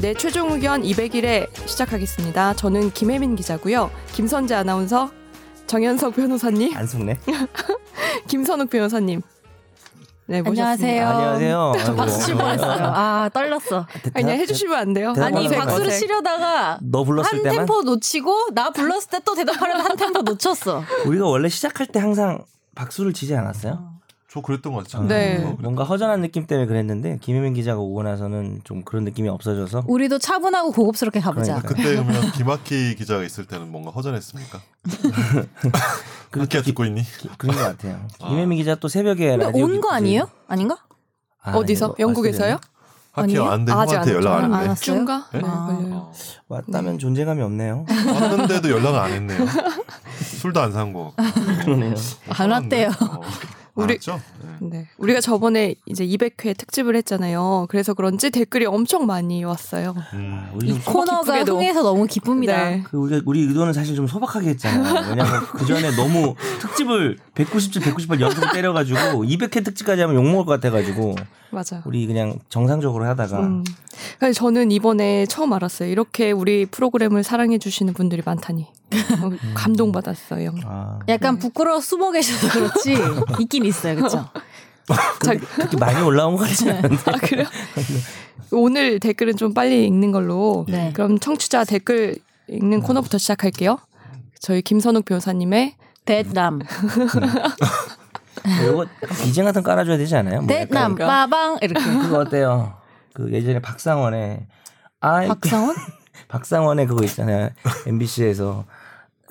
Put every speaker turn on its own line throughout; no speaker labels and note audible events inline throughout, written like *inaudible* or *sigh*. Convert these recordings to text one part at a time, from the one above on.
네, 최종 의견 200일에 시작하겠습니다. 저는 김혜민 기자고요. 김선재 아나운서, 정현석 변호사님,
안 속네.
*laughs* 김선욱 변호사님. 네,
*laughs*
안녕하세요.
안녕하세요.
저 박수 칠 뻔했어요. 아 떨렸어.
모셨습니다. 아니, 그냥 네, 해주시면 안 돼요.
대답
아니
어색,
박수를
어색.
치려다가
너 불렀을
한
때만
템포 놓치고 나 불렀을 때 또 대답하려면 한 템포 놓쳤어.
우리가 원래 시작할 때 항상 박수를 치지 않았어요?
저 그랬던 것 같아요.
네.
어, 그래.
뭔가 허전한 느낌 때문에 그랬는데 김혜민 기자가 오고 나서는 좀 그런 느낌이 없어져서
우리도 차분하고 고급스럽게 가보자.
그러니까.
그때 그러면 김학희 기자가 있을 때는 뭔가 허전했습니까?
*laughs*
학기야 듣고 있니?
기- 그런 것 같아요. 김혜민 기자 또 새벽에
근데
라디오
그 온 거
기자들-
아니에요? 아닌가?
아,
어디서?
아니, 뭐
영국에서요?
학기야
아니에요?
안된
아직
형한테
안
연락 안
왔죠.
네. 했네.
왔어요?
중가? 네,
네?
걸려요.
어.
왔다면 존재감이 없네요.
아. 왔는데도 연락을 안 했네요. 술도 안 산 거.
*laughs* 그러네요.
안 왔대요.
어.
우리-
우리 죠
네. 우리가 저번에 이제 200회 특집을 했잖아요. 그래서 그런지 댓글이 엄청 많이 왔어요.
음.
아, 우리
이
좀 소-
코너가
기쁘게도.
흥해서 너무 기쁩니다.
네.
그 우리 우리 의도는 사실 좀 소박하게 했잖아요. 왜냐하면 그 전에 너무 특집을 190집, 190번 연속 때려가지고 200회 특집까지 하면 욕 먹을 것 같아가지고
맞아요.
우리 그냥 정상적으로 하다가
음. 그래서 저는 이번에 처음 알았어요. 이렇게 우리 프로그램을 사랑해 주시는 분들이 많다니 어, 감동받았어요.
음. 아,
약간 부끄러워 숨어 계셔서 그렇지 있긴 있어요, 그렇죠?
자,
그렇게 많이 올라온 것 같지 않은데
*laughs* 아
*laughs*
그래요? 오늘 댓글은 좀 빨리 읽는 걸로.
네.
그럼 청취자 댓글 읽는 코너부터 시작할게요. 저희 김선욱 변호사님의
베트남,
이거 비징 같은 거 깔아줘야 되지 않아요? 뭐
베트남,
그러니까.
빠방 이렇게.
약간 그거 어때요? 그 예전에 박상원의 아이
박상원?
*laughs* 박상원의 그거 있잖아요. MBC에서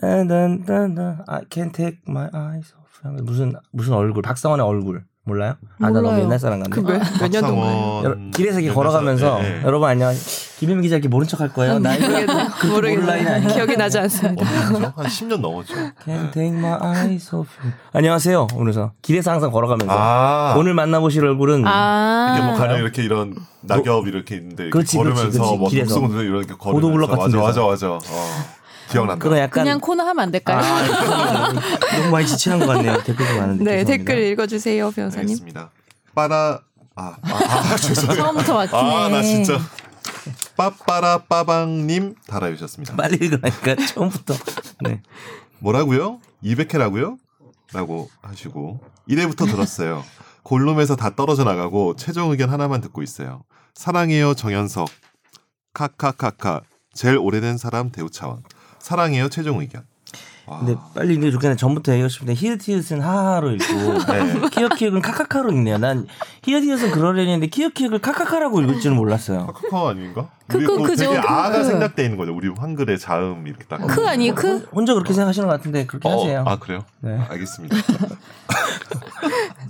아, 딴딴딴딴 I can't take my eyes off you. 무슨 무슨 얼굴 박상원의 얼굴 몰라요? 아 나 너무
몰라요.
옛날 사람 같네.
그 몇년 동안
여러-
음,
길에서 이렇게 걸어가면서
네,
*laughs*
예,
여러분 안녕 김혜민 기자 이렇게 모른 척 할 거예요. 나 이거 그렇게 모를 나이
모르겠네요.
아니에요.
기억이 나지 않습니다.
한 10년 넘었죠.
Can't take my eyes off you. 안녕하세요 오늘서 길에서 항상 걸어가면서
아
오늘 만나보실 얼굴은
아,
이게 뭐 가령 이렇게 이런 낙엽 이렇게 있는데 이렇게
그렇지, 그렇지,
걸으면서
그렇지.
뭐
길에서.
동승 운동 이런 게 걸으면서
보도블럭 같은
맞아
데서.
맞아 맞아. 어. 기억난다.
그런 약간
그냥 코너 하면 안 될까요?
아, 너무- 너무 많이 지치한 것 같네요. 댓글도 많은데.
네
어, 죄송합니다.
댓글 읽어주세요 변호사님.
알겠습니다. 빠라 아, 아, 아 죄송해요.
처음부터 막히네.
아, 나 진짜. 빠빠라 빠방님 달아주셨습니다.
빨리 읽으라니까 처음부터. 네.
뭐라고요? 200회라고요? 라고 하시고 1회부터 들었어요. 골룸에서 다 떨어져 나가고 최종 의견 하나만 듣고 있어요. 사랑해요 정현석. 카카카카. 제일 오래된 사람 대우 차원. 사랑해요 최종 의견. 와.
근데 빨리 읽는 게 좋겠네. 전부터 얘기하고 싶은데 히읗히읗은 하하로 읽고
네.
키역키역은 카카카로 읽네요. 난 히읗히읗은 그러려는데 키역키역을 카카카라고 읽을 줄은 몰랐어요.
카카오 아닌가?
그,
우리
그,
뭐
그죠,
되게
그,
아가
그.
생각돼 있는 거죠. 우리 한글의 자음 이렇게 딱.
크 아니에요, 크?
혼자 그렇게 생각하시는 것 같은데 그렇게 하세요.
어, 아 그래요?
네.
아, 알겠습니다.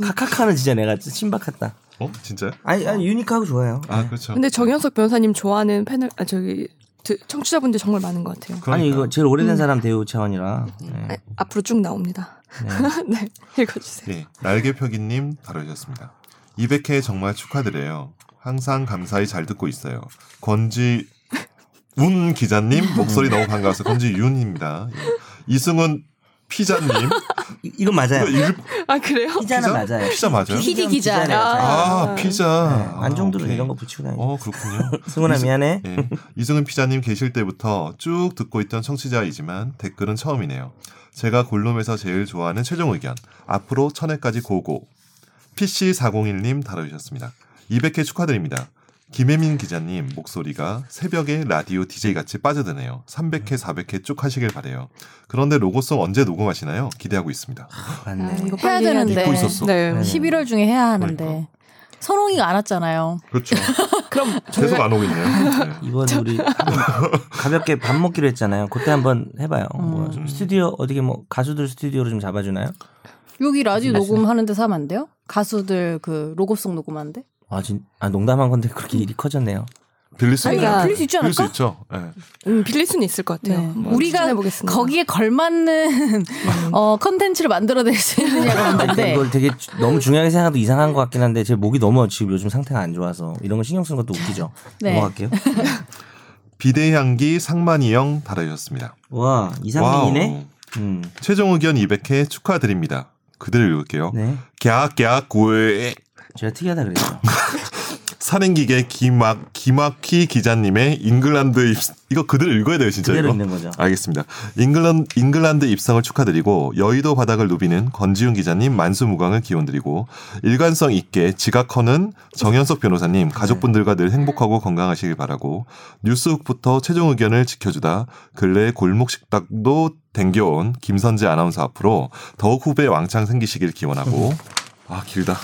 카카카는 진짜 내가 진짜 신박했다.
어 진짜요?
아니, 아니 유니크하고 좋아요.
아 그렇죠.
네. 근데 정현석 변호사님 좋아하는 패널 아 저기 드- 청취자분들 정말 많은 것 같아요.
그러니까요.
아니 이거 제일 오래된 사람 대우 차원이라. 네.
아, 앞으로 쭉 나옵니다. *laughs* 네, 읽어주세요.
네, 날개펴기님 다루셨습니다. 200회 정말 축하드려요. 항상 감사히 잘 듣고 있어요. 건지 운 기자님 목소리 너무 반가워서 건지 윤입니다. 예. 이승훈 피자님
이- 이건 맞아요.
이거 이름
아 그래요?
네. 피자는 맞아요.
피자 맞아요?
PD 기자.
피자네요.
아 피자 아,
네, 안정도로
오케이.
이런 거 붙이고 다니.
어 그렇군요.
승훈아 미안해.
예. 이승은 피자님 계실 때부터 쭉 듣고 있던 청취자이지만 댓글은 처음이네요. 제가 골룸에서 제일 좋아하는 최종 의견. 앞으로 천회까지 고고. PC401님 다뤄주셨습니다. 200회 축하드립니다. 김혜민 기자님 목소리가 새벽에 라디오 DJ 같이 빠져드네요. 300회, 400회 쭉 하시길 바래요. 그런데 로고송 언제 녹음하시나요? 기대하고 있습니다.
아,
맞네.
이거
해야
빨리 해야
되는데.
잊고 있었어.
네.
네.
11월 중에 해야 하는데
그러니까.
선홍이가 안 왔잖아요. *laughs*
그렇죠.
그럼
계속 안 오고 있네요. 네.
이번 에 우리 한번 가볍게 밥 먹기로 했잖아요. 그때 한번 해봐요. 뭐
음.
스튜디오 어떻게 뭐 가수들 스튜디오로 좀 잡아주나요?
여기
네.
라디오
맞습니다.
녹음하는 데서 하면 안 돼요? 가수들 그 로고송 녹음하는데?
아, 진, 아 농담한 건데 그렇게 일이 커졌네요.
빌릴 수
아니,
있나요?
빌릴
수 있지 않을까?
빌릴 수 있죠. 예.
음, 빌릴 수는 있을 것 같아요. 한번 네.
우리가
추천해보겠습니다.
거기에 걸맞는
음.
*laughs* 어 컨텐츠를 만들어낼 수 있느냐가
근데
문제인데
이걸 되게 주- 너무 중요하게 생각해도 이상한 것 같긴 한데 제 목이 너무 지금 요즘 상태가 안 좋아서 이런 거 신경 쓰는 것도 웃기죠.
네.
넘어갈게요.
비대향기 상만이형 다뤄주셨습니다.
와
와우.
이상민이네. 음.
최종 의견 200회 축하드립니다.
네.
그대로 읽을게요.
네.
갸갸구에 *laughs*
제가 특이하다 그랬죠.
살인기계 기막 기막희 기자님의 잉글란드 입 이거 그대로 읽어야 돼요 진짜
그대로
이거.
있는 거죠.
알겠습니다. 잉글란, 잉글란드 입성을 축하드리고 여의도 바닥을 누비는 권지훈 기자님 만수무강을 기원드리고 일관성 있게 지각하는 정현석 변호사님
네.
가족분들과 늘 행복하고 건강하시길 바라고 뉴스훅부터 최종 의견을 지켜주다 근래 골목식당도 댕겨온 김선재 아나운서 앞으로 더욱 후배 왕창 생기시길
음.
기원하고 아 길다.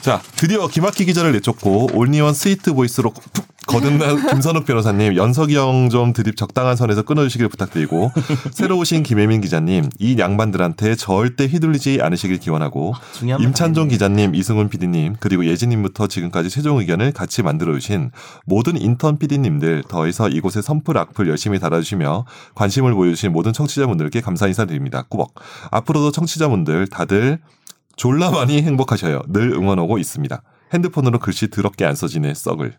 자, 드디어 김학기 기자를 내쫓고 올니원 스위트 보이스로 푹 거듭난 김선욱 변호사님, 연석이 형 좀 드립 적당한 선에서 끊어주시길 부탁드리고 새로 오신 김혜민 기자님, 이 양반들한테 절대 휘둘리지 않으시길 기원하고
음.
중요한
임찬종 기자님, 이승훈 PD님, 그리고 예진님부터 지금까지 최종 의견을 같이 만들어주신 모든 인턴 PD님들 더해서 이곳에 선풀 악플 열심히 달아주시며 관심을 보여주신 모든 청취자분들께 감사 인사드립니다. 꾸벅. 앞으로도 청취자분들 다들 졸라 많이 행복하셔요. 늘 응원하고 있습니다. 핸드폰으로 글씨 더럽게 안 써지네 썩을.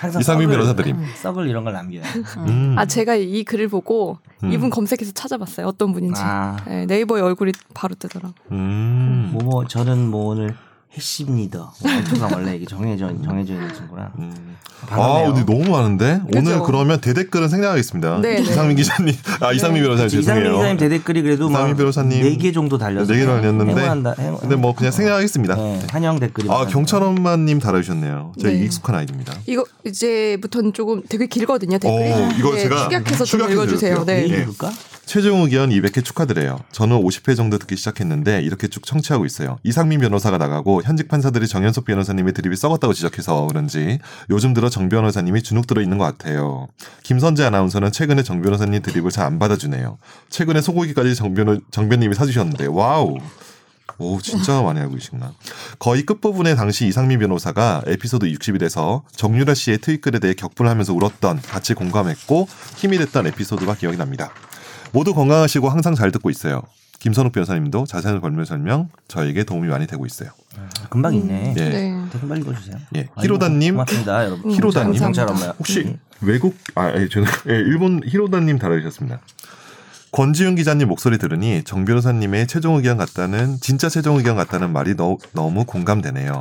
항상
*laughs*
썩을-
이상민
음,
변호사드림.
썩을 이런 걸 남겨요.
음.
아 제가 이 글을 보고
음.
이분 검색해서 찾아봤어요. 어떤 분인지.
아,
네, 네이버에 얼굴이 바로 뜨더라고. 요
음.
뭐뭐 저는 뭐 오늘 해십니다. 뭐 원래 이게 정해져 정해져 있는 친구라.
음. 아,
반하네요.
근데 너무 많은데 오늘
그죠?
그러면 대댓글은 생략하겠습니다.
네, 네.
이상민 기자님, 아 이상민 변호사님
네. 이상민
죄송해요.
기자님 대댓글이 그래도
이상민 변호사님
네개 정도 달렸어요.
네개 달렸는데
행운한다. 행운.
근데 뭐 그냥 생략하겠습니다.
네, 환영 댓글이.
아 경찰 엄마님 달아주셨네요. 제
네.
익숙한 아이디입니다.
이거 이제부터는 조금 되게 길거든요. 댓글이.
오, 이거
네,
제가
축약해서 좀
축약해서
읽어주세요.
드릴게요.
네.
예.
읽을까?
최종 의견 200회 축하드려요. 저는 50회 정도 듣기 시작했는데 이렇게 쭉 청취하고 있어요. 이상민 변호사가 나가고 현직 판사들이 정현석 변호사님의 드립이 썩었다고 지적해서 그런지 요즘 들어 정 변호사님이 주눅 들어 있는 것 같아요. 김선재 아나운서는 최근에 정 변호사님 드립을 잘 안 받아주네요. 최근에 소고기까지 정, 변호, 정 변님이 사주셨는데 와우. 오 진짜 많이 알고 계시구나. 거의 끝부분에 당시 이상민 변호사가 에피소드 60일에서 정유라 씨의 트윗글에 대해 격분하면서 울었던 같이 공감했고 힘이 됐던 에피소드가 기억이 납니다. 모두 건강하시고 항상 잘 듣고 있어요. 김선욱 변호사님도 자세한 법률 설명 저에게 도움이 많이 되고 있어요.
아, 금방 있네.
예.
네.
댓글 빨리 읽어주세요.
예.
아이고,
히로다님,
고맙습니다, 여러분.
음, 히로다님.
경찰 엄마.
혹시 외국 아 예, 저는 예, 일본 히로다님 다뤄주셨습니다. 권지윤 기자님 목소리 들으니 정 변호사님의 최종 의견 같다는 진짜 최종 의견 같다는 말이 너, 너무 공감되네요.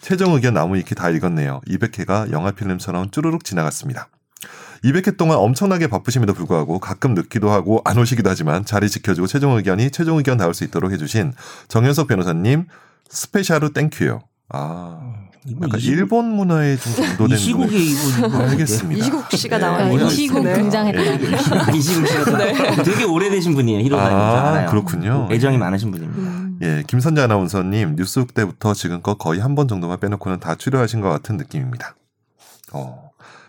최종 의견 나무 익히 다 읽었네요. 200회가 영화 필름처럼 쭈루룩 지나갔습니다. 200회 동안 엄청나게 바쁘심에도 불구하고 가끔 늦기도 하고 안 오시기도 하지만 자리 지켜주고 최종 의견이 최종 의견 나올 수 있도록 해주신 정현석 변호사님 스페셜로 땡큐요. 아
뭐 이분
약간
이 시국-
일본 문화에 좀
이
정도된
시국에 이거 이거
알겠습니다.
이시국 씨가
예,
나와요.
오해가
이시국
있습니다.
등장했다.
예, 예.
*laughs* 이 시국 씨가 되게 오래되신 분이에요. 히로다님 잘
아,
알아요.
그렇군요.
애정이 많으신 분입니다.
음.
예, 김선재 아나운서님 뉴스 훅 때부터 지금껏 거의 한 번 정도만 빼놓고는 다 출연하신 것 같은 느낌입니다. 어.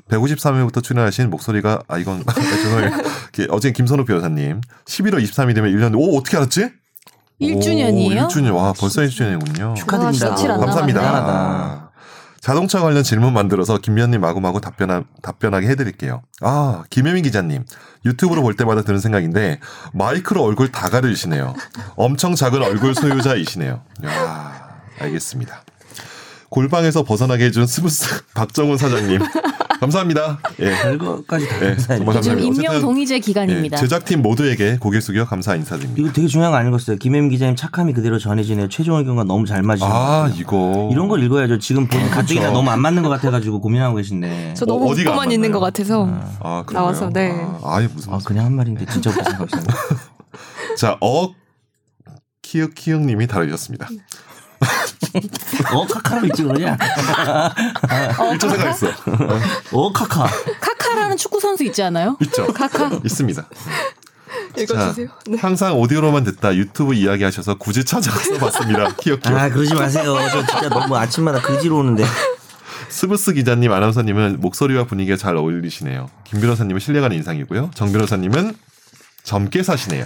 153회부터 출연하신 목소리가 아 이건 *laughs* 죄송해요. 이게 어제 김선욱 변호사님 11월 23일이면 1년 오 어떻게 알았지?
일주년이에요?
1주년. 와, 벌써 1주년이군요.
축하드립니다.
와, 며칠
아,
안
감사합니다. 아.
대단하다.
자동차 관련 질문 만들어서 김면님 마구마구 답변하, 답변하게 해드릴게요. 아, 김혜민 기자님. 유튜브로 볼 때마다 드는 생각인데, 마이크로 얼굴 다 가려주시네요. 엄청 작은 얼굴 소유자이시네요. 야 알겠습니다. 골방에서 벗어나게 해준 스무스 *laughs* 박정훈 사장님. 감사합니다. 예.
별거까지 아, 다
예, 정말
감사해요.
요즘
감사합니다.
임명
어쨌든,
동의제
예,
기간입니다.
제작팀 모두에게 고개 숙여 감사 인사드립니다.
이거 되게 중요한 거 아니었어요. 김혜민 기자님 착함이 그대로 전해지네요. 최종 의견과 너무 잘 맞으시네요.
아, 이거.
이런 걸 읽어야죠. 지금 보니 가뜩이나
그렇죠.
너무 안 맞는 것 같아가지고 고민하고 계신데.
저
어,
너무
어디가 안
웃고만 있는 것
맞나요?
같아서
아, 그래요?
나와서, 네.
아, 예 무슨
아 그냥 한 말인데 진짜 웃긴 생각 없었네.
자, 어 키읔 키읔님이 다루셨습니다.
*laughs* 어 카카로 있지 그러냐?
*laughs*
*laughs*
일초 생각했어. 어,
어 카카.
카카라는 축구 선수 있지 않아요?
있죠. 있습니다.
읽어주세요. 네.
항상 오디오로만 듣다 유튜브 이야기하셔서
*laughs*
굳이 찾아와서 봤습니다. 키읔 키읔.
아 그러지 마세요. 저 진짜 너무 아침마다 그지로 오는데.
스브스 기자님, 아나운서님은 목소리와 분위기가 잘 어울리시네요. 김 변호사님은 신뢰가는 인상이고요. 정 변호사님은 젊게 사시네요.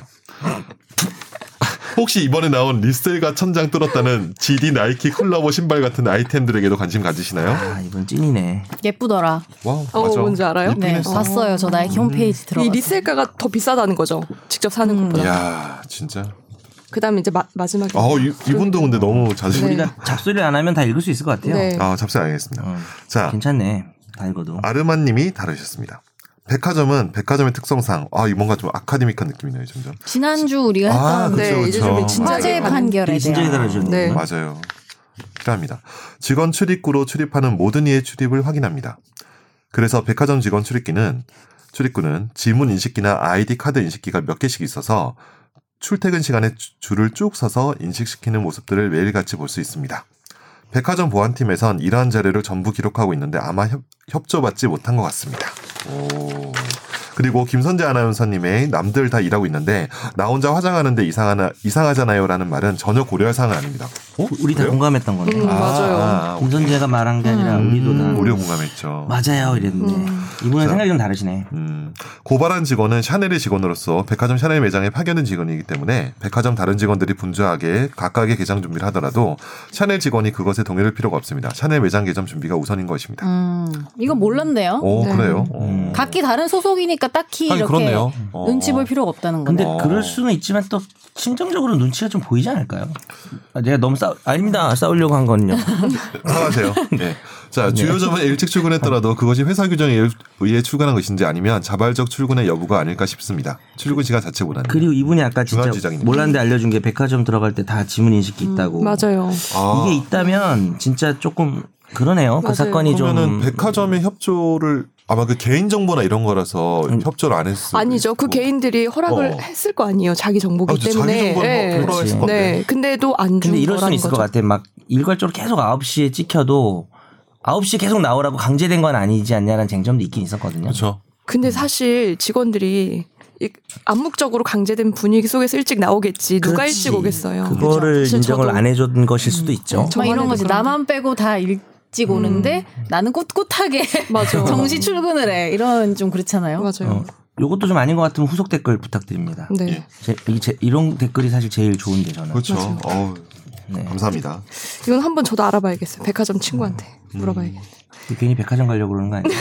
혹시 이번에 나온 리셀과 천장 뚫었다는 GD 나이키 콜라보 신발 같은 아이템들에게도 관심 가지시나요?
아 이건 찐이네.
예쁘더라.
와우,
어,
맞아.
뭔지 알아요?
이쁘긴
네,
음. 했어. 음.
봤어요. 저 나의 홈페이지
이
들어가서.
리셀가가 더 비싸다는 거죠. 직접 사는 것보다.
야, 진짜.
그다음에 이제 마, 마지막에
아, 이, 이분도 근데 너무 자주
네.
우리가 그러니까 잡소리를 안 하면 다 읽을 수 있을 것 같아요.
네.
아, 잡지 알겠습니다.
어,
자,
괜찮네. 다 읽어도.
아르마님이 다루셨습니다. 백화점은 백화점의 특성상 아, 이 뭔가 좀 아카데믹한 느낌이 나요, 점점.
지난주 우리가
아,
했던
그쵸, 어, 음.
네, 이제
그쵸.
좀 진지하게
화재
가는
판결에
되게
뭐,
대한
진지하게 다뤄주셨네.
네.
맞아요. 필요합니다. 직원 출입구로 출입하는 모든 이의 출입을 확인합니다. 그래서 백화점 직원 출입기는 출입구는 지문 인식기나 아이디 카드 인식기가 몇 개씩 있어서 출퇴근 시간에 주- 줄을 쭉 서서 인식시키는 모습들을 매일같이 볼 수 있습니다. 백화점 보안팀에선 이러한 자료를 전부 기록하고 있는데 아마 협, 협조받지 못한 것 같습니다. 오. 그리고 김선재 아나운서님의 남들 다 일하고 있는데 나 혼자 화장하는데 이상하나, 이상하잖아요라는 말은 전혀 고려할 사항은 아닙니다. 어?
우리 다
그래요?
공감했던 거네.
음, 맞아요.
김선재가 말한 게 아니라
음,
우리도 다
우리가 공감했죠.
맞아요 이랬는데
음.
이분은 생각이 좀 다르시네.
음, 고발한 직원은 샤넬의 직원으로서 백화점 샤넬 매장에 파견된 직원이기 때문에 백화점 다른 직원들이 분주하게 각각의 개장 준비를 하더라도 샤넬 직원이 그것에 동의할 필요가 없습니다. 샤넬 매장 개점 준비가 우선인 것입니다.
음, 이건 몰랐네요.
오,
네.
그래요?
음.
각기 다른 소속이니까 딱히
어. 하긴
이렇게
그렇네요. 어.
눈치 볼 필요가 없다는
근데
거네.
어.
그럴 수는 있지만 또 심정적으로 눈치가 좀 보이지 않을까요? 아, 내가 너무 싸 아닙니다 싸우려고 한
*laughs*
거는요. *laughs*
사과하세요. 네. 자, 주요 점은 일찍 출근했더라도 그것이 회사 규정에 의- 의해 출근한 것인지 아니면 자발적 출근의 여부가 아닐까 싶습니다. 출근 시간 자체보다는.
그리고 이분이 아까 진짜
중간 지장이네.
몰랐는데 알려준 게 백화점 들어갈 때 다 지문 인식기 있다고.
음. 맞아요.
아,
이게 있다면 진짜 조금 그러네요. 그
맞아요.
사건이
그러면은
좀
백화점의 협조를 아마 그 개인 정보나 이런 거라서 협조를 안 했어.
아니죠. 그 개인들이 허락을
뭐 어.
했을 거 아니에요. 자기 정보기
아, 그렇죠.
때문에.
자기 정보를
네.
뭐
그렇지.
했을 건데.
네. 근데도 안 준.
근데 이럴 수는
거라는
있을
거죠.
것 같아. 막 일괄적으로 계속 9시에 찍혀도 9시에 계속 나오라고 강제된 건 아니지 않냐라는 쟁점도 있긴 있었거든요.
그렇죠.
근데
음.
사실 직원들이 이- 암묵적으로 강제된 분위기 속에서 일찍 나오겠지. 누가
그렇지.
일찍 오겠어요. 그렇죠.
그거를
사실
인정을
저도-
안 해준 것일 수도 있죠.
저-
막 이런 거지.
그런데.
나만 빼고 다 일찍
음,
오는데
*laughs*
나는 꿋꿋하게
맞아.
정시 출근을 해. 이런 좀 그렇잖아요.
맞아요.
어, 요것도 좀 아닌 것 같으면 후속 댓글 부탁드립니다.
네.
예.
제, 이 제- 이런 댓글이 사실 제일 좋은데 저는.
그렇죠. 어우,
네.
감사합니다.
이건 한번 저도 알아봐야겠어요. 백화점 친구한테 물어봐야겠네.
괜히 백화점 가려고 그러는 거 아니에요?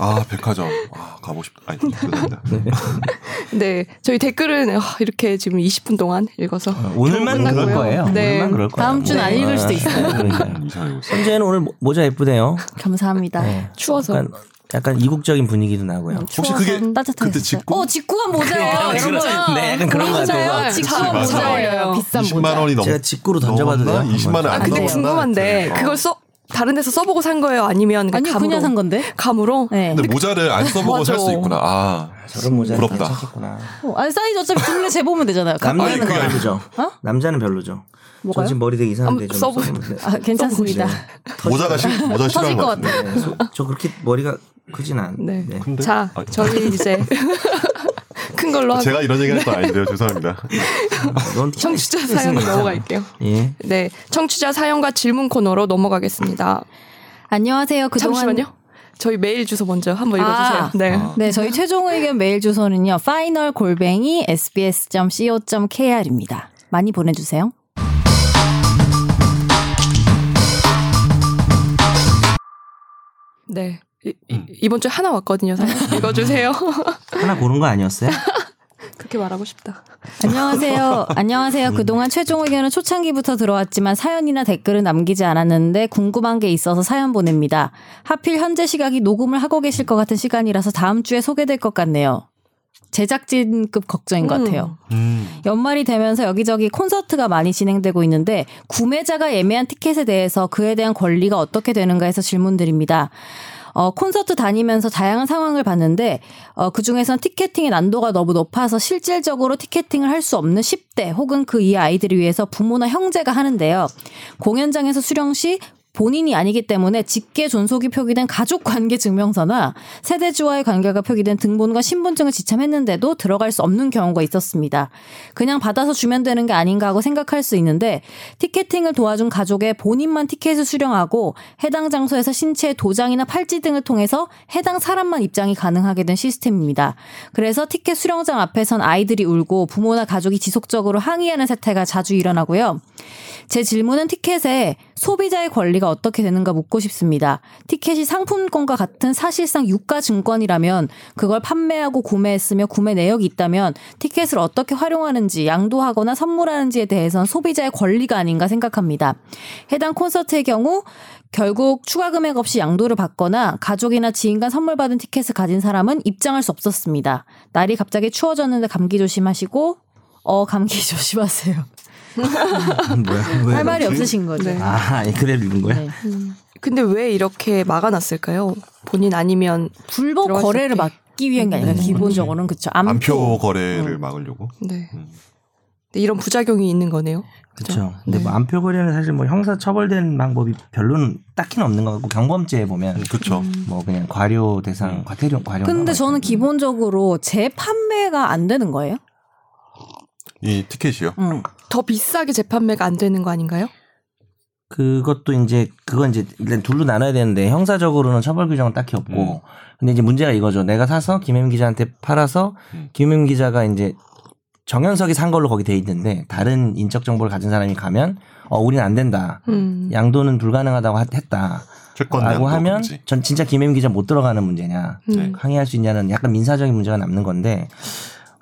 아, 백화점. 아, 가고 싶다. 아니, 죄송합니다.
네. 저희 댓글은 아, 이렇게 지금 20분 동안 읽어서
아, 오늘만
끝났고요.
그럴 거예요.
네.
오늘만 그럴 거예요.
다음 주는 안 읽을 수도 있어요.
그러니까요.
음, 이상하고 있어요.
선재는 오늘 모- 모자 예쁘대요.
감사합니다.
네.
추워서
약간, 약간 이국적인 분위기도
음.
나고요.
혹시 그게
따뜻하게
그때 직구?
어, 직구한 모자예요,
그래, 그래.
여러분.
네, 약간 그런 거 같아요.
모자예요. 직구한
맞아요.
모자예요. 비싼
20만
모자.
원이 넘.
제가 직구로 던져봐도 돼요?
넘었나? 20만 원안
아,
넘었나?
근데 궁금한데
어.
그걸 써 다른 데서 써보고 산 거예요? 아니면 그냥
아니, 요
감으로?
그냥 산 건데.
감으로?
네.
근데 모자를 안 써보고 살 수
맞아.
있구나. 아,
저런 모자
부럽다.
괜찮겠구나.
어, 아니, 사이즈 어차피 둘레 재보면 되잖아요.
남자는
그게 아니고.
별로죠. 남자는 별로죠.
어? 뭐가요?
전 지금 머리 되게 이상한데 좀
한번
써보는데.
아, 괜찮습니다.
모자가 싫, 모자
터질
싫어하는 것
것
같은데.
같아요.
네, 소- 저 그렇게 머리가 크진 않.
네.
네.
근데
자,
아, *laughs*
저희 이제 큰 걸로 하고
제가 이런 얘기할 건 아닌데요. 죄송합니다.
넌
청취자 사연 넘어갈게요.
예.
네, 청취자 사연과 질문 코너로 넘어가겠습니다.
안녕하세요. 그동안
잠시만요. 저희 메일 주소 먼저 한번 읽어주세요.
아.
네.
네, 저희 최종 의견 메일 주소는요. final 골뱅이 sbs.co.kr입니다. 많이 보내주세요.
네. 이,
음.
번 주에 하나 왔거든요. 사연. 읽어주세요.
하나 고른 거 아니었어요?
*laughs*
*laughs*
그렇게 말하고 싶다.
안녕하세요. 안녕하세요. 그동안 최종 의견은 초창기부터 들어왔지만 사연이나 댓글은 남기지 않았는데 궁금한 게 있어서 사연 보냅니다. 하필 현재 시각이 녹음을 하고 계실 것 같은 시간이라서 다음 주에 소개될 것 같네요. 제작진급 걱정인 것
음.
같아요.
음.
연말이 되면서 여기저기 콘서트가 많이 진행되고 있는데 구매자가 예매한 티켓에 대해서 그에 대한 권리가 어떻게 되는가 해서 질문드립니다. 어, 콘서트 다니면서 다양한 상황을 봤는데 어, 그중에선 티켓팅의 난도가 너무 높아서 실질적으로 티켓팅을 할 수 없는 10대 혹은 그 이하 아이들을 위해서 부모나 형제가 하는데요. 공연장에서 수령 시 본인이 아니기 때문에 직계 존속이 표기된 가족 관계 증명서나 세대주와의 관계가 표기된 등본과 신분증을 지참했는데도 들어갈 수 없는 경우가 있었습니다. 그냥 받아서 주면 되는 게 아닌가 하고 생각할 수 있는데 티켓팅을 도와준 가족의 본인만 티켓을 수령하고 해당 장소에서 신체의 도장이나 팔찌 등을 통해서 해당 사람만 입장이 가능하게 된 시스템입니다. 그래서 티켓 수령장 앞에선 아이들이 울고 부모나 가족이 지속적으로 항의하는 사태가 자주 일어나고요. 제 질문은 티켓에 네, 소비자의 권리가 어떻게 되는가 묻고 싶습니다. 티켓이 상품권과 같은 사실상 유가 증권이라면 그걸 판매하고 구매했으며 구매 내역이 있다면 티켓을 어떻게 활용하는지 양도하거나 선물하는지에 대해선 소비자의 권리가 아닌가 생각합니다. 해당 콘서트의 경우 결국 추가 금액 없이 양도를 받거나 가족이나 지인간 선물 받은 티켓을 가진 사람은 입장할 수 *laughs* 없었습니다. 날이 갑자기 추워졌는데 감기 조심하시고 어 감기 조심하세요.
뭐야?
할 말이
그렇지?
없으신 거죠.
네.
아, 아니, 그대로 읽은 거야?
네.
음. 근데 왜 이렇게 막아놨을까요? 본인 아니면
불법
들어왔을
거래를
때.
막기 위한 게 아니라
음,
기본적으로는 그쵸
안표 거래를 막으려고.
네.
음.
근데 이런 부작용이 있는 거네요.
그렇죠. 근데
네.
뭐 안표 거래는 사실 뭐 형사 처벌되는 방법이 별로는 딱히는 없는 것 같고 경범죄에 보면
그렇죠.
음.
뭐 그냥 과료 대상, 과태료 뭐 과료.
근데 저는 기본적으로 재판매가 안 되는 거예요.
이 티켓이요.
음.
더 비싸게 재판매가 안 되는 거 아닌가요?
그것도 이제 그건 이제 일단 둘로 나눠야 되는데 형사적으로는 처벌 규정은 딱히 없고
음.
근데 이제 문제가 이거죠. 내가 사서 김혜민 기자한테 팔아서
음.
김혜민 기자가 이제 정현석이 산 걸로 거기 돼 있는데 다른 인적 정보를 가진 사람이 가면 어 우리는 안 된다.
음.
양도는 불가능하다고 하- 했다. 라고
채권량도
하면
금지.
전 진짜 김혜민 기자 못 들어가는 문제냐.
음.
항의할 수 있냐는 약간 민사적인 문제가 남는 건데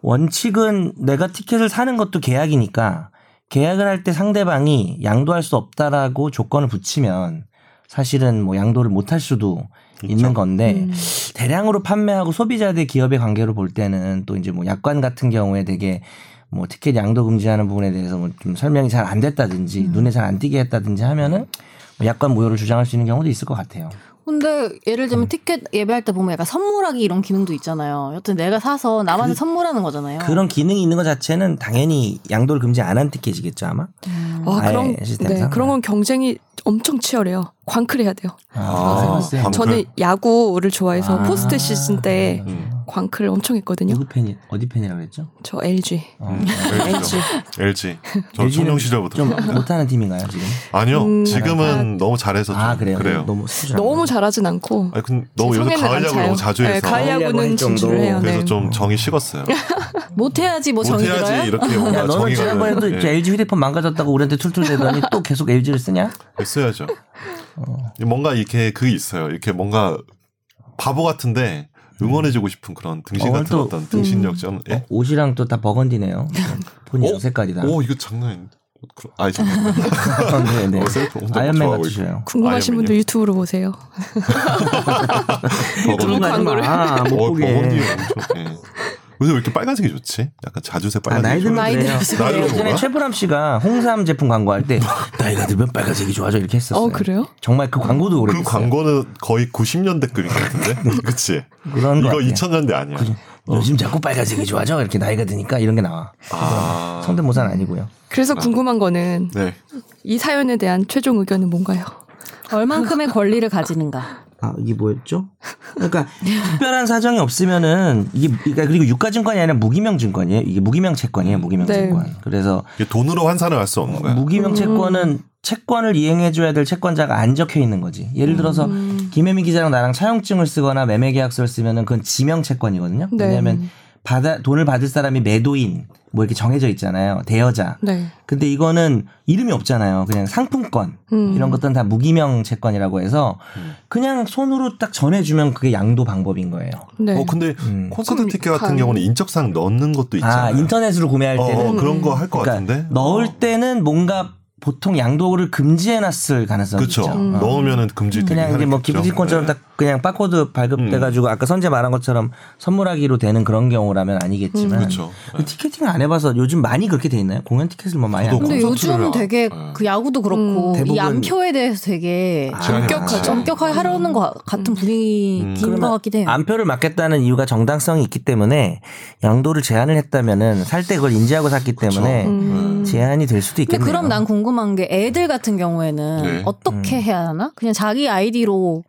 원칙은 내가 티켓을 사는 것도 계약이니까 계약을 할 때 상대방이 양도할 수 없다라고 조건을 붙이면 사실은 뭐 양도를 못 할 수도
그렇죠.
있는
네.
건데
음.
대량으로 판매하고 소비자 대 기업의 관계로 볼 때는 또 이제 뭐 약관 같은 경우에 되게 뭐 티켓 양도 금지하는 부분에 대해서 뭐 좀 설명이 잘 안 됐다든지 눈에 잘 안 띄게 했다든지 하면은 뭐 약관 무효를 주장할 수 있는 경우도 있을 것 같아요.
근데 예를 들면 티켓 예배할 때 보면 약간 선물하기 이런 기능도 있잖아요. 여튼 내가 사서 남한테 선물하는 거잖아요.
어. 그런 기능이 있는 것 자체는 당연히 양도를 금지 안 한 티켓이겠죠 아마.
음.
아,
아예
그런
시스템상.
네, 그런 건 경쟁이 엄청 치열해요. 광클해야 돼요.
아, 광클.
저는 야구를 좋아해서
아.
포스트 시즌 때
음.
광클 엄청 했거든요.
누구 팬이 어디 팬이라고 그랬죠?
저 LG.
어.
음. LG. LG.
*laughs*
저
LG 는
청룡 시절부터.
좀 못하는 팀인가요 지금?
*laughs* 아니요.
음,
지금은 너무 잘해서 좀
아 그래요.
그렇죠. 그래요.
너무 수준 안
너무
돼요.
잘하진 않고
아니, 근데 너무
제
요새
성에는 안
가을 야구를
차요.
너무 자주
네,
해서
가을
가을
야구는
야구
진출을
정도.
해요.
그래서
네.
음.
좀 정이 식었어요.
*laughs* 못해야지 뭐 정이 들어요.
못해야지 이렇게
야,
뭔가
너는
정의가
지난번에도
되는-
이제
예,
LG 휴대폰 망가졌다고 우리한테 툴툴대더니 또 계속 LG를 쓰냐?
있어야죠. 뭔가 네, 이렇게 그게 있어요. 이렇게 뭔가 바보 같은데 응원해주고 싶은 그런 등신
어,
같은
또-
어떤 등신력 좀. 예?
옷이랑 또 다 버건디네요. 본인
어?
색깔이다.
오 이거 장난. 아니- 그런- 아니
*laughs*
잠깐만.
네, 네.
어, 셀프 혼자
아이언맨
좋아하고
같으셔요.
궁금하신 분들 유튜브로 보세요. 어,
그
버거는-
유튜브
하지
광고를.
마. 어, 아, 못
어, 버거는
보게.
엄청. 예. 요새 왜 이렇게 빨간색이 좋지? 약간 자주색
아, 나이
빨간색이
들면
나이
그래요.
들어서
나이 들어서
예전에
그런가?
최불암 씨가 홍삼 제품 광고할 때 나이가 들면 빨간색이 좋아져 이렇게 했었어요.
어 그래요?
정말 그 광고도 오래
그
됐어요.
광고는 거의 90년대 급인 것 *laughs* 같은데, 네, 그치?
그런 거 어. 같아요.
이거 2000년대 아니야.
요즘 자꾸 빨간색이 좋아져 이렇게 나이가 드니까 이런 게 나와.
아,
성대모사는 아니고요.
그래서 궁금한 거는
네.
이 사연에 대한 최종 의견은 뭔가요?
*laughs* 얼만큼의 권리를 가지는가.
아 이게 뭐였죠? 그러니까 *laughs* 특별한 사정이 없으면은 이게 그러니까 그리고 유가증권이 아니라 무기명 증권이에요. 이게 무기명 채권이에요. 무기명
네. 음.
채권. 그래서
이게 돈으로 환산을 할 수 없는 거야.
무기명 채권은 채권을 이행해줘야 될 채권자가 안 적혀 있는 거지. 예를 들어서
음.
음.
김혜민 기자랑 나랑 차용증을 쓰거나 매매 계약서를 쓰면은 그건 지명 채권이거든요.
네.
왜냐하면 받아 돈을 받을 사람이 매도인 뭐 이렇게 정해져 있잖아요. 대여자.
네.
근데 이거는 이름이 없잖아요. 그냥 상품권
음.
이런 것들은 다 무기명 채권이라고 해서 그냥 손으로 딱 전해주면 그게 양도 방법인 거예요.
네.
어, 근데
음.
콘서트 티켓 같은
간-
경우는 인적사항 넣는 것도 있잖아요.
아 인터넷으로 구매할
어,
때는
어, 그런 거 할 것
그러니까
같은데. 어.
넣을 때는 뭔가 보통 양도를 금지해놨을 가능성이
그쵸.
있죠.
음.
어.
넣으면은 금지 되게
그냥 이제 뭐
하겠죠. 음.
기프티콘처럼
네.
딱 그냥 바코드 발급돼가지고 아까 선재 말한 것처럼 선물하기로 되는 그런 경우라면 아니겠지만
그쵸. 네.
티켓팅 안 해봐서 요즘 많이 그렇게 돼 있나요? 공연 티켓을 뭐 많이
저도
안
근데
콘서트를
요즘은
안-
되게
예.
그 야구도 그렇고
음.
이
대부분-
암표에 대해서 되게
제한이
엄격하죠.
많지.
엄격하게 하려는 것 같- 같은 분위기인
그러면
것 같기도 해요.
안표를 막겠다는 이유가 정당성이 있기 때문에 양도를 제한을 했다면은 살 때 그걸 인지하고 샀기
그렇죠.
때문에
음.
네.
제한이 될 수도
근데
있겠네요.
그럼 난 궁금한 게 애들 같은 경우에는
네.
어떻게 해야 하나? 그냥 자기 아이디로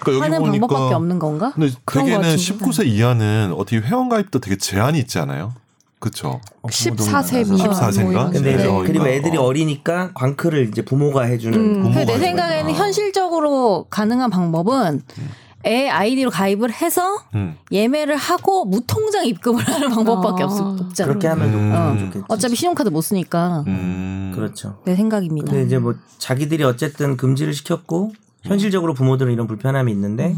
그러니까 여기
하는
보니까
방법밖에 없는 건가?
근데
그런 거
대개는
같은데.
19세 이하는 어떻게 회원가입도 되게 제한이 있지 않아요? 그쵸.
어, 부모도
14세
많아서.
미만.
14세 인가?
뭐 이런
근데
네,
이제
식으로.
어,
그리고
그러니까.
애들이 어리니까 광크를 이제 부모가 해주는
음.
부모가
근데 그 내
해줘야
생각에는
되나?
현실적으로 가능한 방법은 애 아이디로 가입을 해서
음.
예매를 하고 무통장 입금을 하는 방법밖에
아.
없, 없잖아요.
그렇게 하면
음.
좀
음.
좋겠지.
어차피 신용카드 못 쓰니까
음.
그렇죠.
내 생각입니다.
근데 이제 뭐 자기들이 어쨌든 금지를 시켰고 현실적으로 부모들은 이런 불편함이 있는데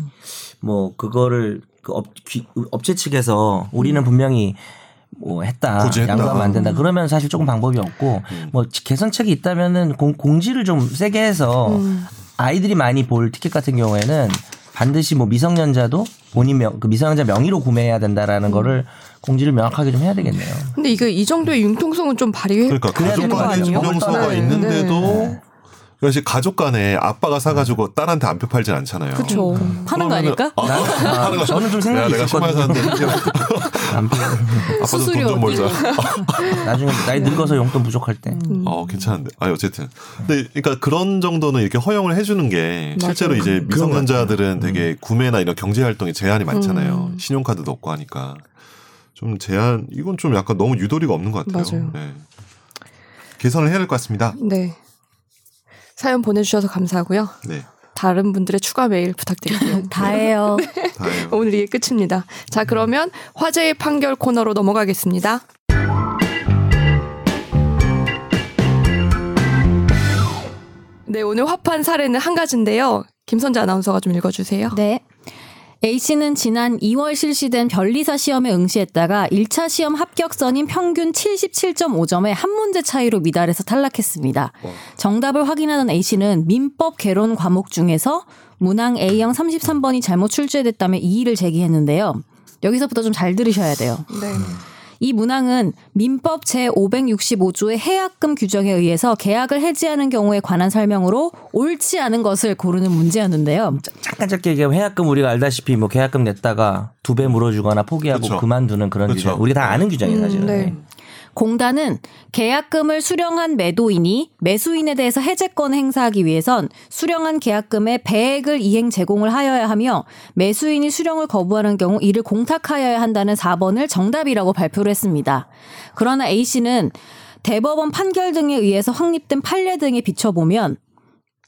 뭐 그거를 그 업, 귀- 업체 측에서 우리는 분명히 뭐 했다
고지했다. 음.
양보하면 안 된다 그러면 사실 조금 방법이 없고 뭐 지- 개선책이 있다면은 공, 지를좀 세게 해서 아이들이 많이 볼 티켓 같은 경우에는 반드시 뭐 미성년자도 본인 명, 그 미성년자 명의로 구매해야 된다라는 거를 공지를 명확하게 좀 해야 되겠네요.
근데 이게 이 정도의 융통성은 좀 발휘해
그러니까
그래야
가족
되는 거
간의
아니에요?
공정서가
네,
있는데도
네.
역시 가족 간에 아빠가 사가지고 딸한테 안표 팔진 않잖아요.
그렇죠.
파는 거 아닐까?
난,
*laughs*
아, 저는 좀
야,
생각이
내가 신발
있었거든요.
샀는데
남편.
아빠도 돈
음. 수수료
좀 벌자.
나중에 나이
네.
늙어서 용돈 부족할 때.
음.
어 괜찮은데. 아 어쨌든. 근데 그러니까 그런 정도는 이렇게 허용을 해주는 게
맞아요.
실제로 이제 미성년자들은 되게 구매나 이런 경제 활동에 제한이 많잖아요.
음.
신용카드도 없고 하니까 좀 제한 이건 좀 약간 너무 유도리가 없는 것 같아요.
맞아요.
네. 개선을 해야 될 것 같습니다.
네. 사연 보내주셔서 감사하고요.
네.
다른 분들의 추가 메일
*laughs*
부탁드릴게요.
다예요.
다예요.
오늘 이게 끝입니다. 자, 그러면 화제의 판결 코너로 넘어가겠습니다. 네, 오늘 화판 사례는 한 가지인데요. 김선재 아나운서가 좀 읽어주세요.
네. A씨는 지난 2월 실시된 변리사 시험에 응시했다가 1차 시험 합격선인 평균 77.5점의 한 문제 차이로 미달해서 탈락했습니다. 정답을 확인하던 A씨는 민법 개론 과목 중에서 문항 A형 33번이 잘못 출제됐다며 이의를 제기했는데요. 여기서부터 좀 잘 들으셔야 돼요.
네.
이 문항은 민법 제565조의 해약금 규정에 의해서 계약을 해지하는 경우에 관한 설명으로 옳지 않은 것을 고르는 문제였는데요.
잠깐 짧게 얘기하면 해약금 우리가 알다시피 뭐 계약금 냈다가 두 배 물어주거나 포기하고
그쵸.
그만두는 그런
그쵸.
규정. 우리 다 아는 규정이에요, 사실은.
음, 네.
공단은 계약금을 수령한 매도인이 매수인에 대해서 해제권을 행사하기 위해선 수령한 계약금의 배액을 이행 제공을 하여야 하며 매수인이 수령을 거부하는 경우 이를 공탁하여야 한다는 4번을 정답이라고 발표를 했습니다. 그러나 A씨는 대법원 판결 등에 의해서 확립된 판례 등에 비춰보면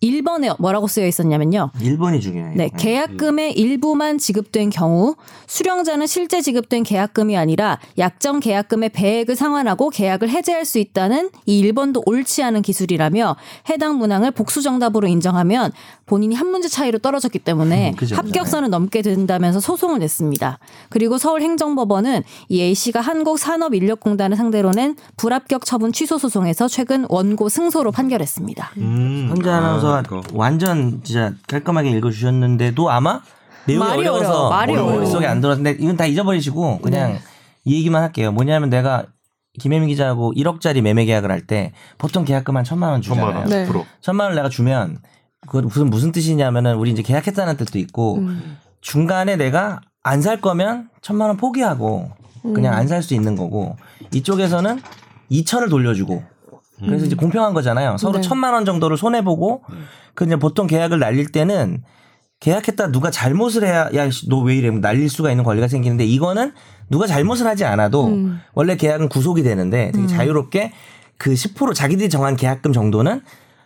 1번에 뭐라고 쓰여 있었냐면요.
1번이 중요해요.
네,
네.
계약금의 일부만 지급된 경우 수령자는 실제 지급된 계약금이 아니라 약정 계약금의 배액을 상환하고 계약을 해제할 수 있다는 이 1번도 옳지 않은 기술이라며 해당 문항을 복수 정답으로 인정하면 본인이 한 문제 차이로 떨어졌기 때문에
음, 그죠.
합격선을 넘게 된다면서 소송을 냈습니다. 그리고 서울행정법원은 이 A씨가 한국산업인력공단을 상대로 낸 불합격 처분 취소 소송에서 최근 원고 승소로 판결했습니다.
음.
현재 아나운서가 완전 진짜 깔끔하게 읽어주셨는데도 아마 내용이
말이 어려워,
어려워서
말이
머리-
어려워. 네.
머릿속에 안 들었는데 이건 다 잊어버리시고 그냥 이 얘기만 할게요. 뭐냐면 내가 김혜민 기자하고 1억짜리 매매 계약을 할 때 보통 계약금 한 천만 원 주잖아요.
천만 원
네.
프로.
천만 원 내가 주면 그 무슨 무슨 뜻이냐면은 우리 이제 계약했다는 뜻도 있고
음.
중간에 내가 안 살 거면 천만 원 포기하고 그냥
음.
안 살 수 있는 거고 이쪽에서는 2천을 돌려주고 그래서 이제 공평한 거잖아요.
음.
서로
네. 음.
천만 원 정도를 손해 보고 그 이제 보통 계약을 날릴 때는 계약했다 누가 잘못을 해야 야 너 왜 이래 뭐 날릴 수가 있는 권리가 생기는데 이거는 누가 잘못을 하지 않아도
음.
원래 계약은 구속이 되는데
음.
되게 자유롭게 그 10% 자기들이 정한 계약금 정도는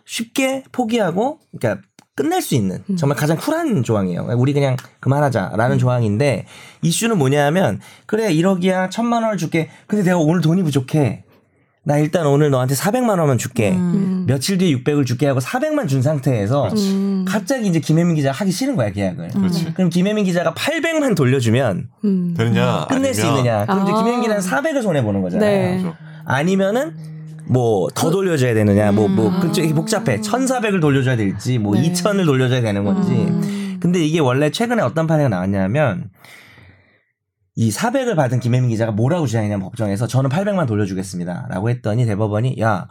쉽게 포기하고 그러니까 끝낼 수 있는
음.
정말 가장 쿨한 조항이에요. 우리 그냥 그만하자라는 조항인데 이슈는 뭐냐면 그래 1억이야 천만 원을 줄게. 근데 내가 오늘 돈이 부족해. 나 일단 오늘 너한테 400만 원만 줄게.
음.
며칠 뒤에 600을 줄게 하고 400만 준 상태에서
음.
갑자기 이제 김혜민 기자 하기 싫은 거야 계약을.
음. 그렇지.
그럼 김혜민 기자가 800만 돌려주면
음.
되느냐?
끝낼 수
아니면-
있느냐. 그럼 이제
아.
김혜민 기자는 400을 손해 보는 거잖아요.
네.
그렇죠.
아니면은 뭐 더 돌려줘야 되느냐. 뭐 뭐 그쪽이 복잡해. 1,400을 돌려줘야 될지 뭐
음. 네. 음.
2,000을 돌려줘야 되는 건지. 근데 이게 원래 최근에 어떤 판례가 나왔냐면 이 400을 받은 김혜민 기자가 뭐라고 주장했냐면 법정에서 저는 800만 돌려주겠습니다라고 했더니 대법원이 야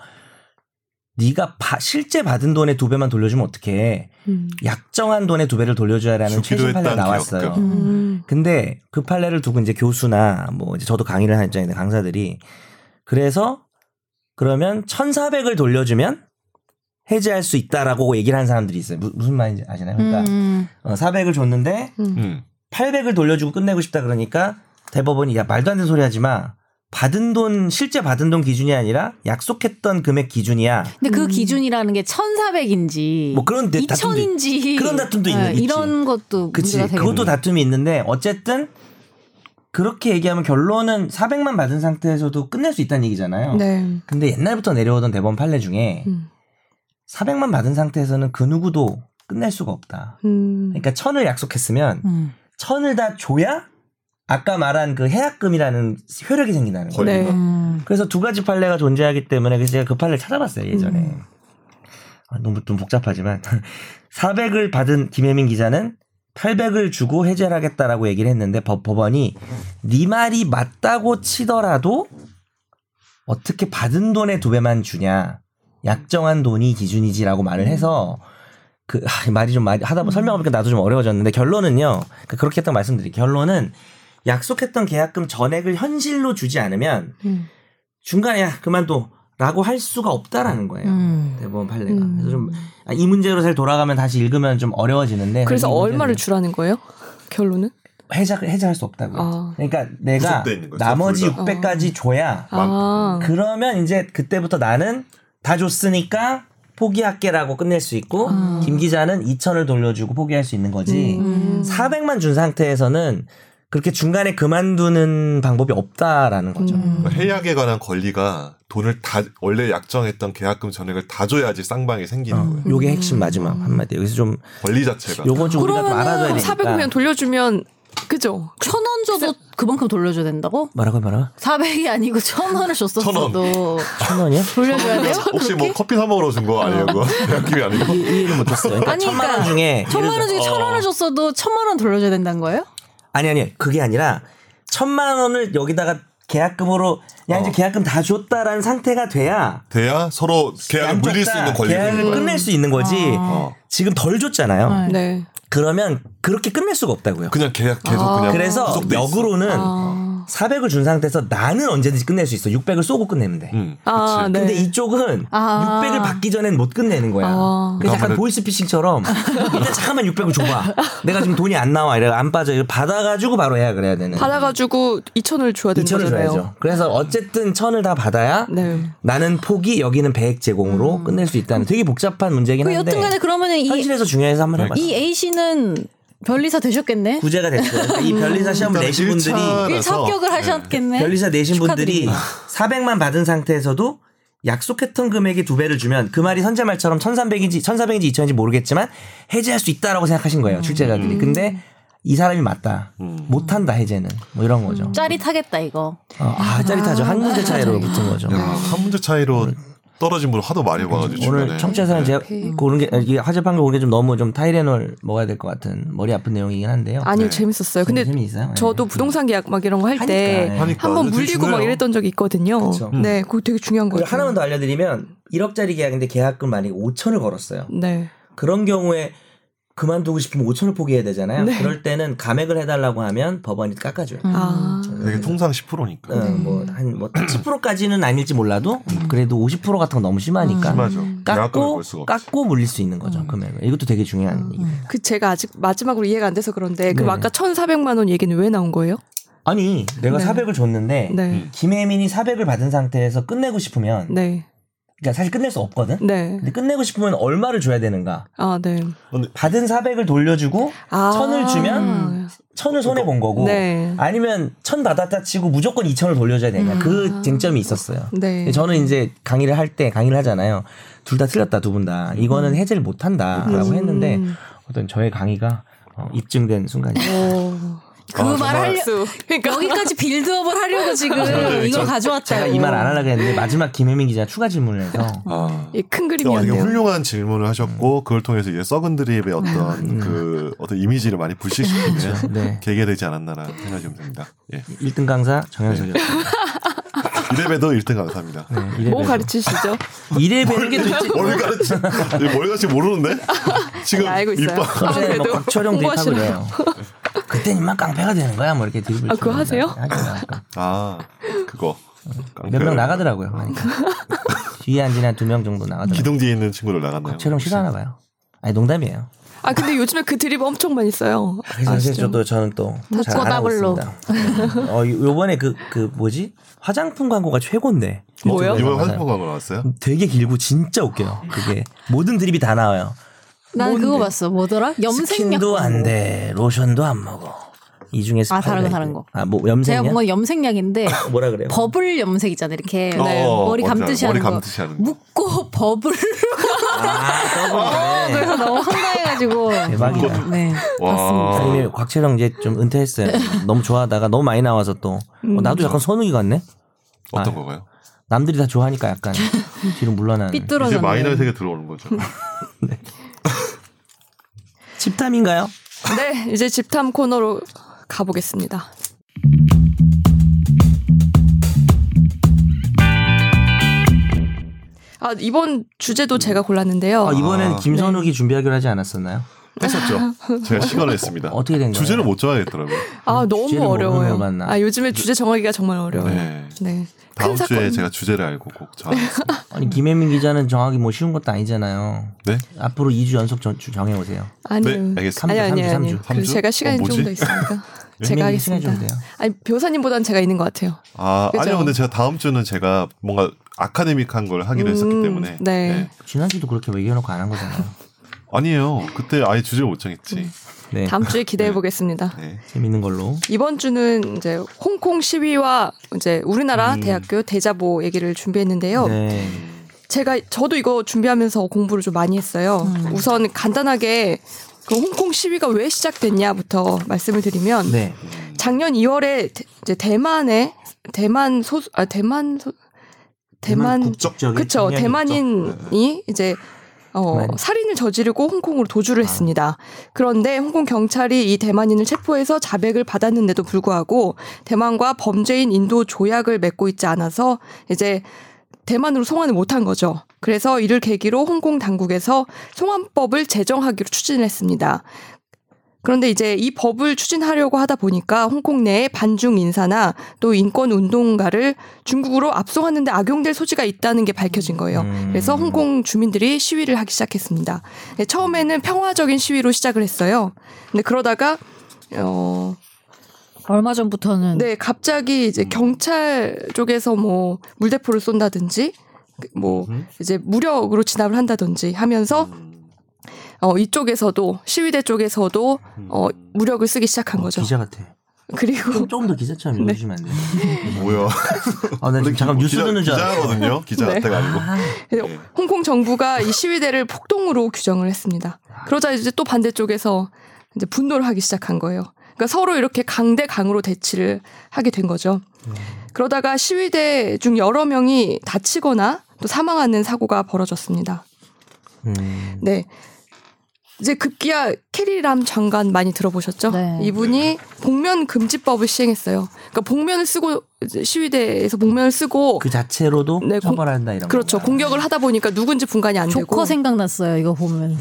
네가 바- 실제 받은 돈의 두 배만 돌려주면 어떡해
음.
약정한 돈의 두 배를 돌려줘야라는
주기로
최신 판례가
했다는
나왔어요.
기억도.
음.
근데 그 판례를 두고 이제 교수나 뭐 이제 저도 강의를 하는 입장인데 강사들이 그래서 그러면 1,400을 돌려주면 해제할 수 있다라고 얘기를 한 사람들이 있어요. 무, 슨 말인지 아시나요? 그러니까
음.
어, 400을 줬는데
음.
800을 돌려주고 끝내고 싶다 그러니까 대법원이 야 말도 안 되는 소리 하지 마. 받은 돈 실제 받은 돈 기준이 아니라 약속했던 금액 기준이야.
근데 그
음.
기준이라는 게 1,400인지
뭐 그런 데 다툼도
2,000인지 네,
그런 다툼도 있는- 있지.
이런 것도
그치.
문제가 되겠네.
그것도 다툼이 있는데 어쨌든 그렇게 얘기하면 결론은 400만 받은 상태에서도 끝낼 수 있다는 얘기잖아요.
네.
근데 옛날부터 내려오던 대법원 판례 중에
음.
400만 받은 상태에서는 그 누구도 끝낼 수가 없다.
음.
그러니까 천을 약속했으면
음.
천을 다 줘야 아까 말한 그 해약금이라는 효력이 생긴다는 거예요.
네.
음.
그래서 두 가지 판례가 존재하기 때문에 그래서 제가 그 판례를 찾아봤어요 예전에
음.
*laughs* 아, 너무 좀 복잡하지만 400을 받은 김혜민 기자는 800을 주고 해제를 하겠다라고 얘기를 했는데 법, 법원이 네 말이 맞다고 치더라도 어떻게 받은 돈의 두 배만 주냐 약정한 돈이 기준이지라고 말을 해서 그 하, 말이 좀 많이 하다 보면 설명하니까 나도 좀 어려워졌는데 결론은요 그렇게 했던 말씀드릴 결론은 약속했던 계약금 전액을 현실로 주지 않으면
음.
중간에 야 그만둬라고 할 수가 없다라는 거예요
음.
대법원 판례가
음.
그래서 좀 아, 이 문제로 잘 돌아가면 다시 읽으면 좀 어려워지는데
그래서
이 문제는
얼마를 주라는 거예요? 결론은?
해자 해자할 수 없다고요.
아. 어.
그러니까 내가
구속돼 있는 거죠,
나머지
둘 다.
600까지 줘야
아.
그러면 이제 그때부터 나는 다 줬으니까 포기할게라고 끝낼 수 있고
아.
김 기자는 2천을 돌려주고 포기할 수 있는 거지.
음.
400만 준 상태에서는 그렇게 중간에 그만두는 방법이 없다라는 거죠.
음.
그러니까 해약에 관한 권리가 돈을 다 원래 약정했던 계약금 전액을 다 줘야지 쌍방이 생기는 거예요.
요게
음.
핵심 마지막 한마디. 여기서 좀
권리 자체가
요건 좀 우리가 좀
그러면은
알아줘야 되니까.
400이면 돌려주면 그죠?
천 원 줘도 그만큼 돌려줘야 된다고?
뭐라고 뭐라고?
400이 아니고 천 원을 줬었어도
천 원이요?
돌려줘야 돼요?
혹시 뭐 커피 사 먹으러 준 거 아니에요? *laughs* 그거 느낌이 아니고
어. 이해를 못했어요. 그러니까
아니,
천만 원
그러니까
중에
천만 원 중에 천 원을 줬어도 천만 원 돌려줘야 된다는 거예요?
아니 아니 그게 아니라 천만 원을 여기다가 계약금으로 야 이제
어.
계약금 다 줬다라는 상태가 돼야
돼야 서로 계약을
양쪽
물릴
다
수 있는 권리가 있는
계약을
거예요.
끝낼 수 있는 거지
어.
지금 덜 줬잖아요.
아. 네.
네.
그러면 그렇게 끝낼 수가 없다고요.
그냥 계약 계속
아.
그냥
그래서
구속돼 있어.
역으로는
아.
400을 준 상태에서 나는 언제든지 끝낼 수 있어. 600을 쏘고 끝내면 돼.
음,
아, 네.
근데 이쪽은
아.
600을 받기 전엔 못 끝내는 거야.
아.
그래서 약간
그러면은-
보이스피싱처럼 일단 잠깐만 600을 줘봐. 내가 지금 돈이 안 나와. 이래 안 빠져. 이래 받아가지고 바로 해야 그래야 되는.
받아가지고 2천을 줘야 되는
2천을
거잖아요.
줘야죠. 그래서 어쨌든 천을 다 받아야
네.
나는 포기 여기는 배액 제공으로 끝낼 수 있다는 되게 복잡한 문제긴
그
한데
여튼간에 그러면은 이,
현실에서 중요해서 한번 해봐요.
이 A 씨는 변리사 되셨겠네.
구제가 됐어요. 이 변리사 시험을
일단은
내신 분들이
1차
일 합격을
네.
하셨겠네.
변리사 내신 분들이
축하드립니다.
400만 받은 상태에서도 약속했던 금액의 두 배를 주면 그 말이 선제말처럼 1,300인지 1,400인지 2,000인지 모르겠지만 해제할 수 있다라고 생각하신 거예요 출제자들이. 근데 이 사람이 맞다.
음.
못한다 해제는 뭐 이런 거죠.
음, 짜릿하겠다 이거.
어, 아 짜릿하죠. 한 문제 차이로 붙은 거죠.
야, 한 문제 차이로 떨어진 분 하도 많이 봐가지고
네. 오늘
주변에
청취자는 제가
오케이.
고른 게 아, 이게 화제 판결 고른 게좀 너무 좀 타이레놀 먹어야 될 것 같은 머리 아픈 내용이긴 한데요.
아니요,
네.
재밌었어요. 근데
재미있어요. 예.
저도 부동산 계약 막 이런 거 할 때
하니까,
네.
한 번
되게
물리고 막
중요해요.
이랬던 적이 있거든요.
그쵸.
네, 그거 되게 중요한
그리고
거예요.
하나만 더 알려드리면 1억짜리 계약인데 계약금 만약에 5천을 걸었어요.
네.
그런 경우에 그만두고 싶으면 5천을 포기해야 되잖아요.
네.
그럴 때는 감액을 해달라고 하면 법원이 깎아줘요. 어,
음.
아.
되게 통상
네.
10%니까
네.
뭐한뭐 10%까지는 아닐지 몰라도
음.
그래도 50% 같은 건 너무 심하니까
심하죠. 계약금을
음. 깎고
볼 수가 없죠.
깎고 물릴 수 있는
음.
거죠 금액을. 이것도 되게 중요한 얘기.
그 제가 아직 마지막으로 이해가 안 돼서 그런데 그럼
네네.
아까 1,400만 원 얘기는 왜 나온 거예요?
아니 내가
네.
400을 줬는데
네.
음.
김혜민이 400을 받은 상태에서 끝내고 싶으면
네.
그러니까 사실 끝낼 수 없거든.
네.
근데 끝내고 싶으면 얼마를 줘야 되는가?
아, 네.
받은 400을 돌려주고
아.
천을 주면 천을 손해 본 거고
네.
아니면 천 받았다 치고 무조건 2천을 돌려줘야 되냐 그 쟁점이 있었어요.
음. 아. 네.
저는 이제 강의를 할 때 강의를 하잖아요. 둘 다 틀렸다 두 분 다. 이거는 해제를 못 한다라고
음.
했는데 어떤 저의 강의가 어, 입증된
*laughs*
순간이에요. *laughs*
오.
아,
그 말하려
그러니까
여기까지 빌드업을 하려고 지금 이걸 가져왔다.
제가
네.
이 말 안 하려고 했는데 마지막 김혜민 기자 추가 질문을
*laughs*
해서
아.
이 큰
어, 되게
그림이었네요.
훌륭한
음.
질문을 하셨고 그걸 통해서 이제 썩은 드립의 어떤 그 어떤 이미지를 많이 불식시키는
네.
계기가 되지 않았나라는 생각이 좀 듭니다. 예.
1등 강사 정현석이었어요.
이래봬도 1등 감사합니다.
네. 예,
뭐 가르치시죠?
이래 뵈는 게 도대체
뭘 가르치? 뭘 가르치 모르는데 지금
네, 알고 있어요. *laughs*
밑밥-
아,
요새 막
그래도
뭐 곽철용 드립하고
홍보하시나요?
그래요. 그땐 인마 깡패가 되는 거야 뭐 이렇게 드립을
아, 그거 하세요?
아 그거
몇명 나가더라고요.
*laughs*
그러니까. 뒤에 앉은 한두 명 정도 나가더라고요.
기둥 뒤에 있는 친구를 나갔네요.
곽철용 싫어하나 봐요. 아니 농담이에요.
아 근데 요즘에 그 드립 엄청 많이 써요.
아, 그래서 이제 저도 저는 또잘
묶어
하고
더블로.
있습니다. 어 요- 요번에 그 그 뭐지 화장품 광고가 최고인데
뭐요?
이번
맞아요.
화장품 광고 나왔어요?
되게 길고 진짜 웃겨요. 그게 모든 드립이 다 나와요.
난 그거 봤어. 뭐더라? 염색약.
스킨도 안 돼, 로션도 안 먹어. 이 중에서
아, 다른 거,
팔백.
다른 거.
아뭐
제가
염색이야?
본 건 염색약인데
뭐라 그래요?
버블 염색이잖아 이렇게
네. 어,
머리
뭔지
감듯이
알아. 머리
하는 거.
감듯이 하는 거.
묶고 *laughs* 버블. *laughs*
아, 더블.
어, 그래서 너무 황당해가지고.
대박이다.
네.
어.
와
아니, 곽채령 이제 좀 은퇴했어요.
*laughs*
너무 좋아하다가 너무 많이 나와서 또
음.
어, 나도 약간 선욱이 같네. 아.
어떤 거가요?
남들이 다
*laughs*
좋아하니까 약간 뒤로 물러나는.
이제
*laughs*
삐뚤어졌네.
마이너의 세계 들어오는 거죠.
집탐인가요?
*laughs* 네, 이제 집탐 코너로 가보겠습니다. 아, 이번 주제도 제가 골랐는데요.
아, 이번엔
아.
김선욱이 준비하기로 하지 않았었나요?
뺐었죠. 제가 시간을 했습니다.
어떻게 된 거예요?
주제를 못 정하겠더라고요.
아,
주제를
너무
모르는
어려워요.
걸 봤나?
아, 요즘에 주제 정하기가 정말 어려워요. 네.
네. 다음
큰 사건.
주에 제가 주제를 알고 꼭 정하겠습니다.
뭐-
아니 김혜민 기자는 정하기 뭐 쉬운 것도 아니잖아요.
네?
앞으로 2주 연속 정, 정해 오세요.
아니요.
네, 알겠습니다.
아니, 아니,
삼주,
아니.
삼주.
그
삼주?
제가 시간이
어, 뭐지?
좀 더 있으니까. 제가
혜민이 시간
하겠습니다.
좀 돼요.
아니, 변호사님보단 제가 있는 것 같아요.
아,
그죠?
아니요. 근데 제가 다음 주는 제가 뭔가 아카데믹한 걸 하기로 했었기
음,
때문에.
네.
지난주도 그렇게 얘기해놓고 안 한 거잖아요.
아니에요. 그때 아예 주제를 못 정했지.
네.
다음 주에 기대해 보겠습니다.
네.
재밌는 걸로.
이번 주는 이제 홍콩 시위와 이제 우리나라 대학교 대자보 얘기를 준비했는데요.
네.
제가 저도 이거 준비하면서 공부를 좀 많이 했어요. 우선 간단하게 그 홍콩 시위가 왜 시작됐냐부터 말씀을 드리면
네.
작년 2월에 이제 대만에 대만 소수 아 대만 소, 대만
국적적인
그쵸
측면이 네.
대만인이 이제 어,
대만인.
살인을 저지르고 홍콩으로
아.
도주를 했습니다. 그런데 홍콩 경찰이 이 대만인을 체포해서 자백을 받았는데도 불구하고 대만과 범죄인 인도 조약을 맺고 있지 않아서 이제 대만으로 송환을 못한 거죠. 그래서 이를 계기로 홍콩 당국에서 송환법을 제정하기로 추진을 했습니다. 그런데 이제 이 법을 추진하려고 하다 보니까 홍콩 내에 반중 인사나 또 인권 운동가를 중국으로 압송하는데 악용될 소지가 있다는 게 밝혀진 거예요.
음.
그래서 홍콩 주민들이 시위를 하기 시작했습니다. 네, 처음에는 평화적인 시위로 시작을 했어요. 근데 그러다가 어,
얼마 전부터는
네, 갑자기 이제 경찰 쪽에서 뭐 물대포를 쏜다든지 뭐
음.
이제 무력으로 진압을 한다든지 하면서
음.
어, 이쪽에서도 시위대 쪽에서도 어, 무력을 쓰기 시작한 거죠.
음.
네.
어, 기자 어, 같아.
그리고
좀, 조금 더 기자처럼 읽어주시면 안 돼요.
뭐야? 뭐
그러니까
아, 나 지금 잠깐
뭐
뉴스
기자,
듣는 줄 알았어.
기자거든요. 기자
네.
같다가 아니고.
그래서 *laughs* 홍콩 정부가 이 시위대를 폭동으로 규정을 했습니다.
아.
그러자 이제 또 반대쪽에서 이제 분노를 하기 시작한 거예요. 그러니까 서로 이렇게 강대 강으로 대치를 하게 된 거죠.
음.
그러다가 시위대 중 여러 명이 다치거나 또 사망하는 사고가 벌어졌습니다.
음.
네. 이제 급기야 캐리람 장관 많이 들어보셨죠?
네.
이분이 복면 금지법을 시행했어요. 그러니까 복면을 쓰고 이제 시위대에서 복면을 쓰고
그 자체로도
네, 공-
처벌한다 이런
그렇죠.
건가요?
공격을 하다 보니까 누군지 분간이 안 되고.
조커 생각났어요. 이거 보면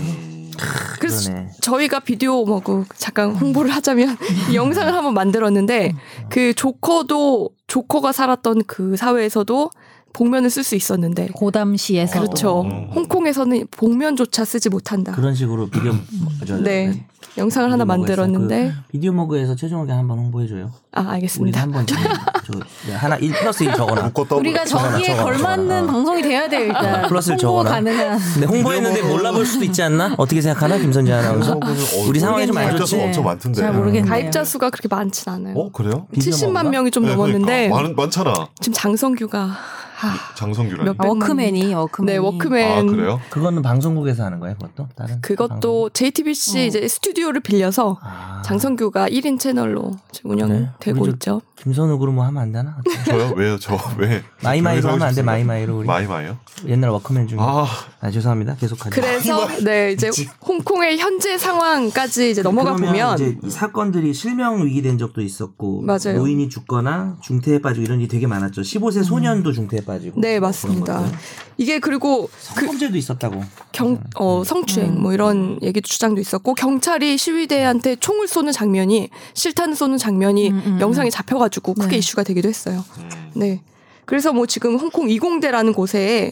그래서
그러네.
저희가 비디오 뭐그 잠깐 홍보를 하자면 이 영상을 한번 만들었는데 그 조커도 조커가 살았던 그 사회에서도 복면을 쓸 수 있었는데
고담시에서
그렇죠. 홍콩에서는 복면조차 쓰지 못한다.
어. 그런
*clears throat*
식으로 비디오 뭐, 저- 저-
네. 영상을
비디오
하나
먹어에서
만들었는데
그 비디오 먹에서 최종하게 한번 홍보해 줘요.
아
우리
알겠습니다.
한번 지금 저 네, 하나 1 플러스 1 적어놔.
묶어 떠.
우리가 저기에
저거나,
걸맞는
저거나.
방송이 돼야 돼요. 일단
어, 플러스를
홍보
적어라.
가능한
근데 홍보했는데 몰라볼 수도 있지 않나? 어떻게 생각하나 김선재 아나운서? 우리 상황이 좀 안
가입자
좋지.
수 엄청 많던데.
잘 모르겠네요.
가입자 수가 그렇게 많진 않아요.
어 그래요?
비디오
70만
먹나?
명이 좀
네,
넘었는데
그러니까. 많, 많잖아.
지금 장성규가 하,
장성규라니.
몇
아, 워크맨이 워크맨.
네 워크맨
아 그래요?
그거는 방송국에서 하는 거예요, 그것도? 다른 방송?
그것도 JTBC 이제 스튜디오를 빌려서
어. 아, 네,
장성규가 1인 채널로 지금 운영되고
우리 저-
있죠.
김선욱으로 뭐 하면 안 되나? 어때?
저요? 왜요? 저 왜?
*laughs* 마이마이로 하면 안 돼, 아, 마이마이로 우리
마이마이요?
옛날 워크맨 중에. 아,
아
죄송합니다. 계속하죠.
그래서 네 이제 홍콩의 현재 상황까지 이제 넘어가 보면
그러면 이제 이 사건들이 실명 위기된 적도 있었고
맞아요. 음.
노인이 죽거나 중태에 빠지고 이런 일이 되게 많았죠. 15세 소년도 중태에 빠지고.
네
그런
맞습니다.
것들.
이게 그리고 그
성범죄도 있었다고.
경,
네.
어, 성추행 뭐 이런 얘기 주장도 있었고 경찰이 시위대한테 총을 쏘는 장면이 실탄을 쏘는 장면이
음, 음,
영상에 잡혀가지고 크게
네.
이슈가 되기도 했어요.
음.
네. 그래서 뭐 지금 홍콩 이공대라는 곳에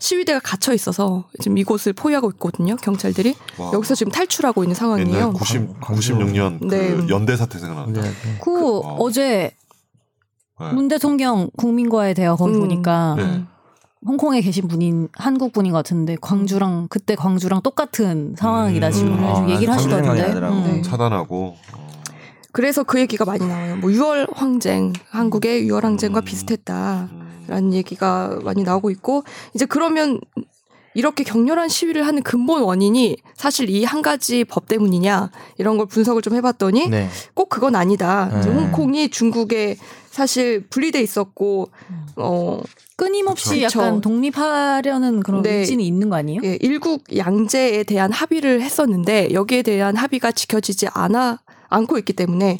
시위대가 갇혀 있어서 지금 이곳을 포위하고 있거든요. 경찰들이
와.
여기서 지금 탈출하고 있는
아. 옛날
상황이에요. 음.
90
광-
96년
네.
그 연대 사태 생각난다.
아, 네.
그
어.
어제
네.
문 대통령 국민과에 대학원
음.
보니까
네.
홍콩에 계신 분인 한국 분인 것 같은데
음.
광주랑 그때 광주랑 똑같은 상황이다 지금
음.
좀
아,
얘기를
나도 그런
하시던데.
생각이 나더라고.
네.
차단하고. 어.
그래서 그 얘기가 많이 나와요. 뭐 6월 항쟁, 한국의 6월 항쟁과
음.
비슷했다라는
음.
얘기가 많이 나오고 있고 이제 그러면 이렇게 격렬한 시위를 하는 근본 원인이 사실 이 한 가지 법 때문이냐 이런 걸 분석을 좀 해봤더니
네.
네.
꼭 그건 아니다. 이제
음.
홍콩이 중국의 사실 분리돼 있었고
음.
어
끊임없이
그쵸.
약간 독립하려는 그런
네.
의지는 있는 거 아니에요?
예, 일국 양제에 대한 합의를 했었는데 여기에 대한 합의가 지켜지지 않아 않고 있기 때문에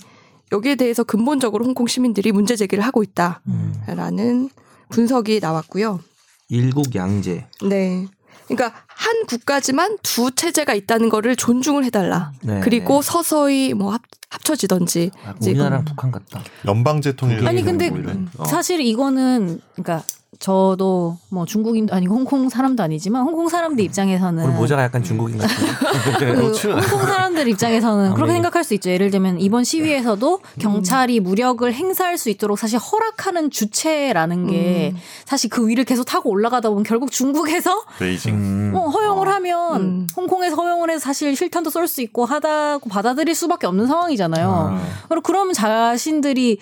여기에 대해서 근본적으로 홍콩 시민들이 문제 제기를 하고
음.
있다라는 분석이 나왔고요.
일국 양제.
네. 그러니까 한 국가지만 두 체제가 있다는 거를 존중을 해달라.
네,
그리고 서서히 뭐 합, 합쳐지던지
네. 아,
이제
우리나라랑
그-
북한 같다.
연방제 통일.
아니, 근데
음,
보이네. 어.
사실 이거는 그러니까 저도 뭐 중국인 아니 홍콩 사람도 아니지만 홍콩 사람들 입장에서는
오늘 음. 모자가
음.
약간
*laughs*
중국인 네. 같아.
뭐
그 홍콩 사람들 입장에서는 그렇게
아무래도.
생각할 수 있죠. 예를 들면
네.
이번
음.
시위에서도 경찰이 무력을 행사할 수 있도록 사실 허락하는 주체라는 게
음.
사실 그 위를 계속 타고 올라가다 보면 결국 중국에서
베이징.
음.
어, 허용을 하면
음.
홍콩에서 허용을 해서 사실 실탄도 쏠 수 있고 하다고 받아들일 수밖에 없는
어.
상황이잖아요.
아,
그리고 그럼 자신들이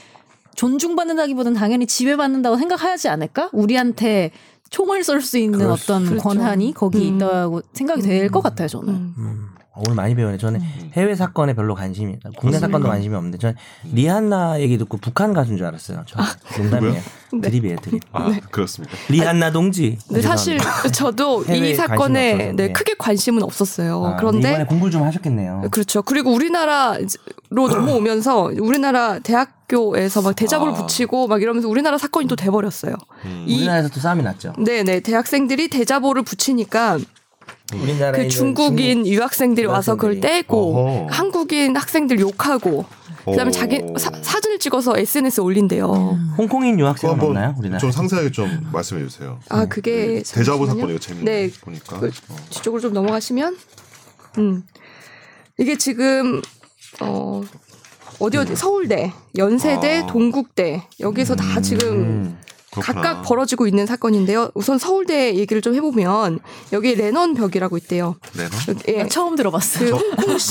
존중받는다기보다는 당연히 지배받는다고 생각하지 않을까? 우리한테 총을 쏠 수 있는
그럴 수-
어떤
그렇죠.
권한이 거기
음.
있다고 생각이 될 것 같아요, 저는.
음.
음. 어, 오늘 많이 배우네. 저는 해외 사건에 별로 관심이, 국내
그렇습니까?
사건도 관심이 없는데, 저는
음.
리한나 얘기 듣고 북한 가수인 줄 알았어요. 저 농담이에요.
아. 네.
드립이에요, 드립.
아 그렇습니까?
리한나 동지. 아,
근데 사실 저도
해외에
이
관심이
사건에
없어서,
네,
예.
크게 관심은 없었어요.
아, 근데
뭐 그런데
이번에 공부 좀 하셨겠네요.
그렇죠. 그리고 우리나라로
*clears throat*
넘어오면서 우리나라 대학교에서 막 대자보를
아.
붙이고 막 이러면서 우리나라 사건이 또 돼버렸어요.
음.
이-
우리나라에서 또 싸움이 났죠.
네네. 대학생들이 대자보를 붙이니까
우리나라에
그
있는
중국인 유학생들이 와서 그걸
유학생들이.
떼고
어허.
한국인 학생들 욕하고 그다음에
어.
오.
자기 사, 사진을 찍어서 SNS에 올린대요.
음. 홍콩인
그거
유학생 없나요?
한번
우리나라.
어, 뭐 좀 상세하게 좀 말씀해 주세요.
아 그게
네.
대자보
잠시만요.
사건 이거 재밌네.
네.
보니까.
그-
어.
뒤쪽으로 좀 넘어가시면 음 이게 지금 어 어디 어디 서울대, 연세대,
아.
동국대 여기서 다 지금
음.
그렇구나.
각각 벌어지고 있는 사건인데요. 우선 서울대 얘기를 좀 해보면 여기 레넌 벽이라고 있대요.
레논?
아,
여기- 예.
네. 처음 들어봤어요.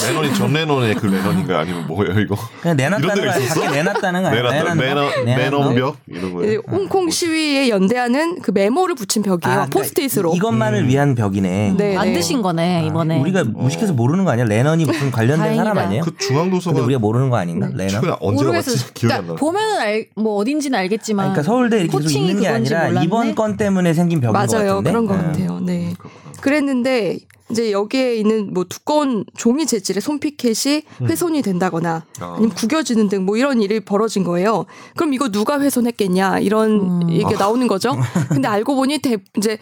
레논이 전 레논의 그 레논인가요? 아니면 뭐예요 이거?
그냥
이런
내놨다는
데가
거 아니야?
있었어?
밖에 내놨다는 거 아니야? 뭐?
레논 레논
아, 그러니까
레논벽 이런
이제
거예요. 네.
홍콩 시위에 연대하는 그 메모를 붙인 벽이에요.
아, 그러니까
포스트잇으로.
이- 이것만을
음.
위한 벽이네.
네.
만드신 거네
아,
이번에.
우리가 무식해서 모르는 거 아니야? 레넌이 무슨 관련된 사람
다행이다.
아니에요?
그
네. 근데
중앙도서관
우리가 모르는 거
음.
아닌가? 레넌.
최근에 언제 봤지? 기억이 안 나.
그러니까 보면은 알, 뭐 어딘지는 알겠지만.
아니, 그러니까 서울대 이렇게 계속
호칭이
있는 게
그건지
아니라
몰랐네.
이번 건 때문에 생긴 벽인 것 같은데.
맞아요. 그런 거
네.
같아요. 네.
음, 그렇구나.
그랬는데 이제 여기에 있는 뭐 두꺼운 종이 재질의 손피켓이
음.
훼손이 된다거나
아.
아니면 구겨지는 등 뭐 이런 일이 벌어진 거예요. 그럼 이거 누가 훼손했겠냐 이런
음.
얘기가 나오는
*laughs*
거죠. 근데 알고 보니 대, 이제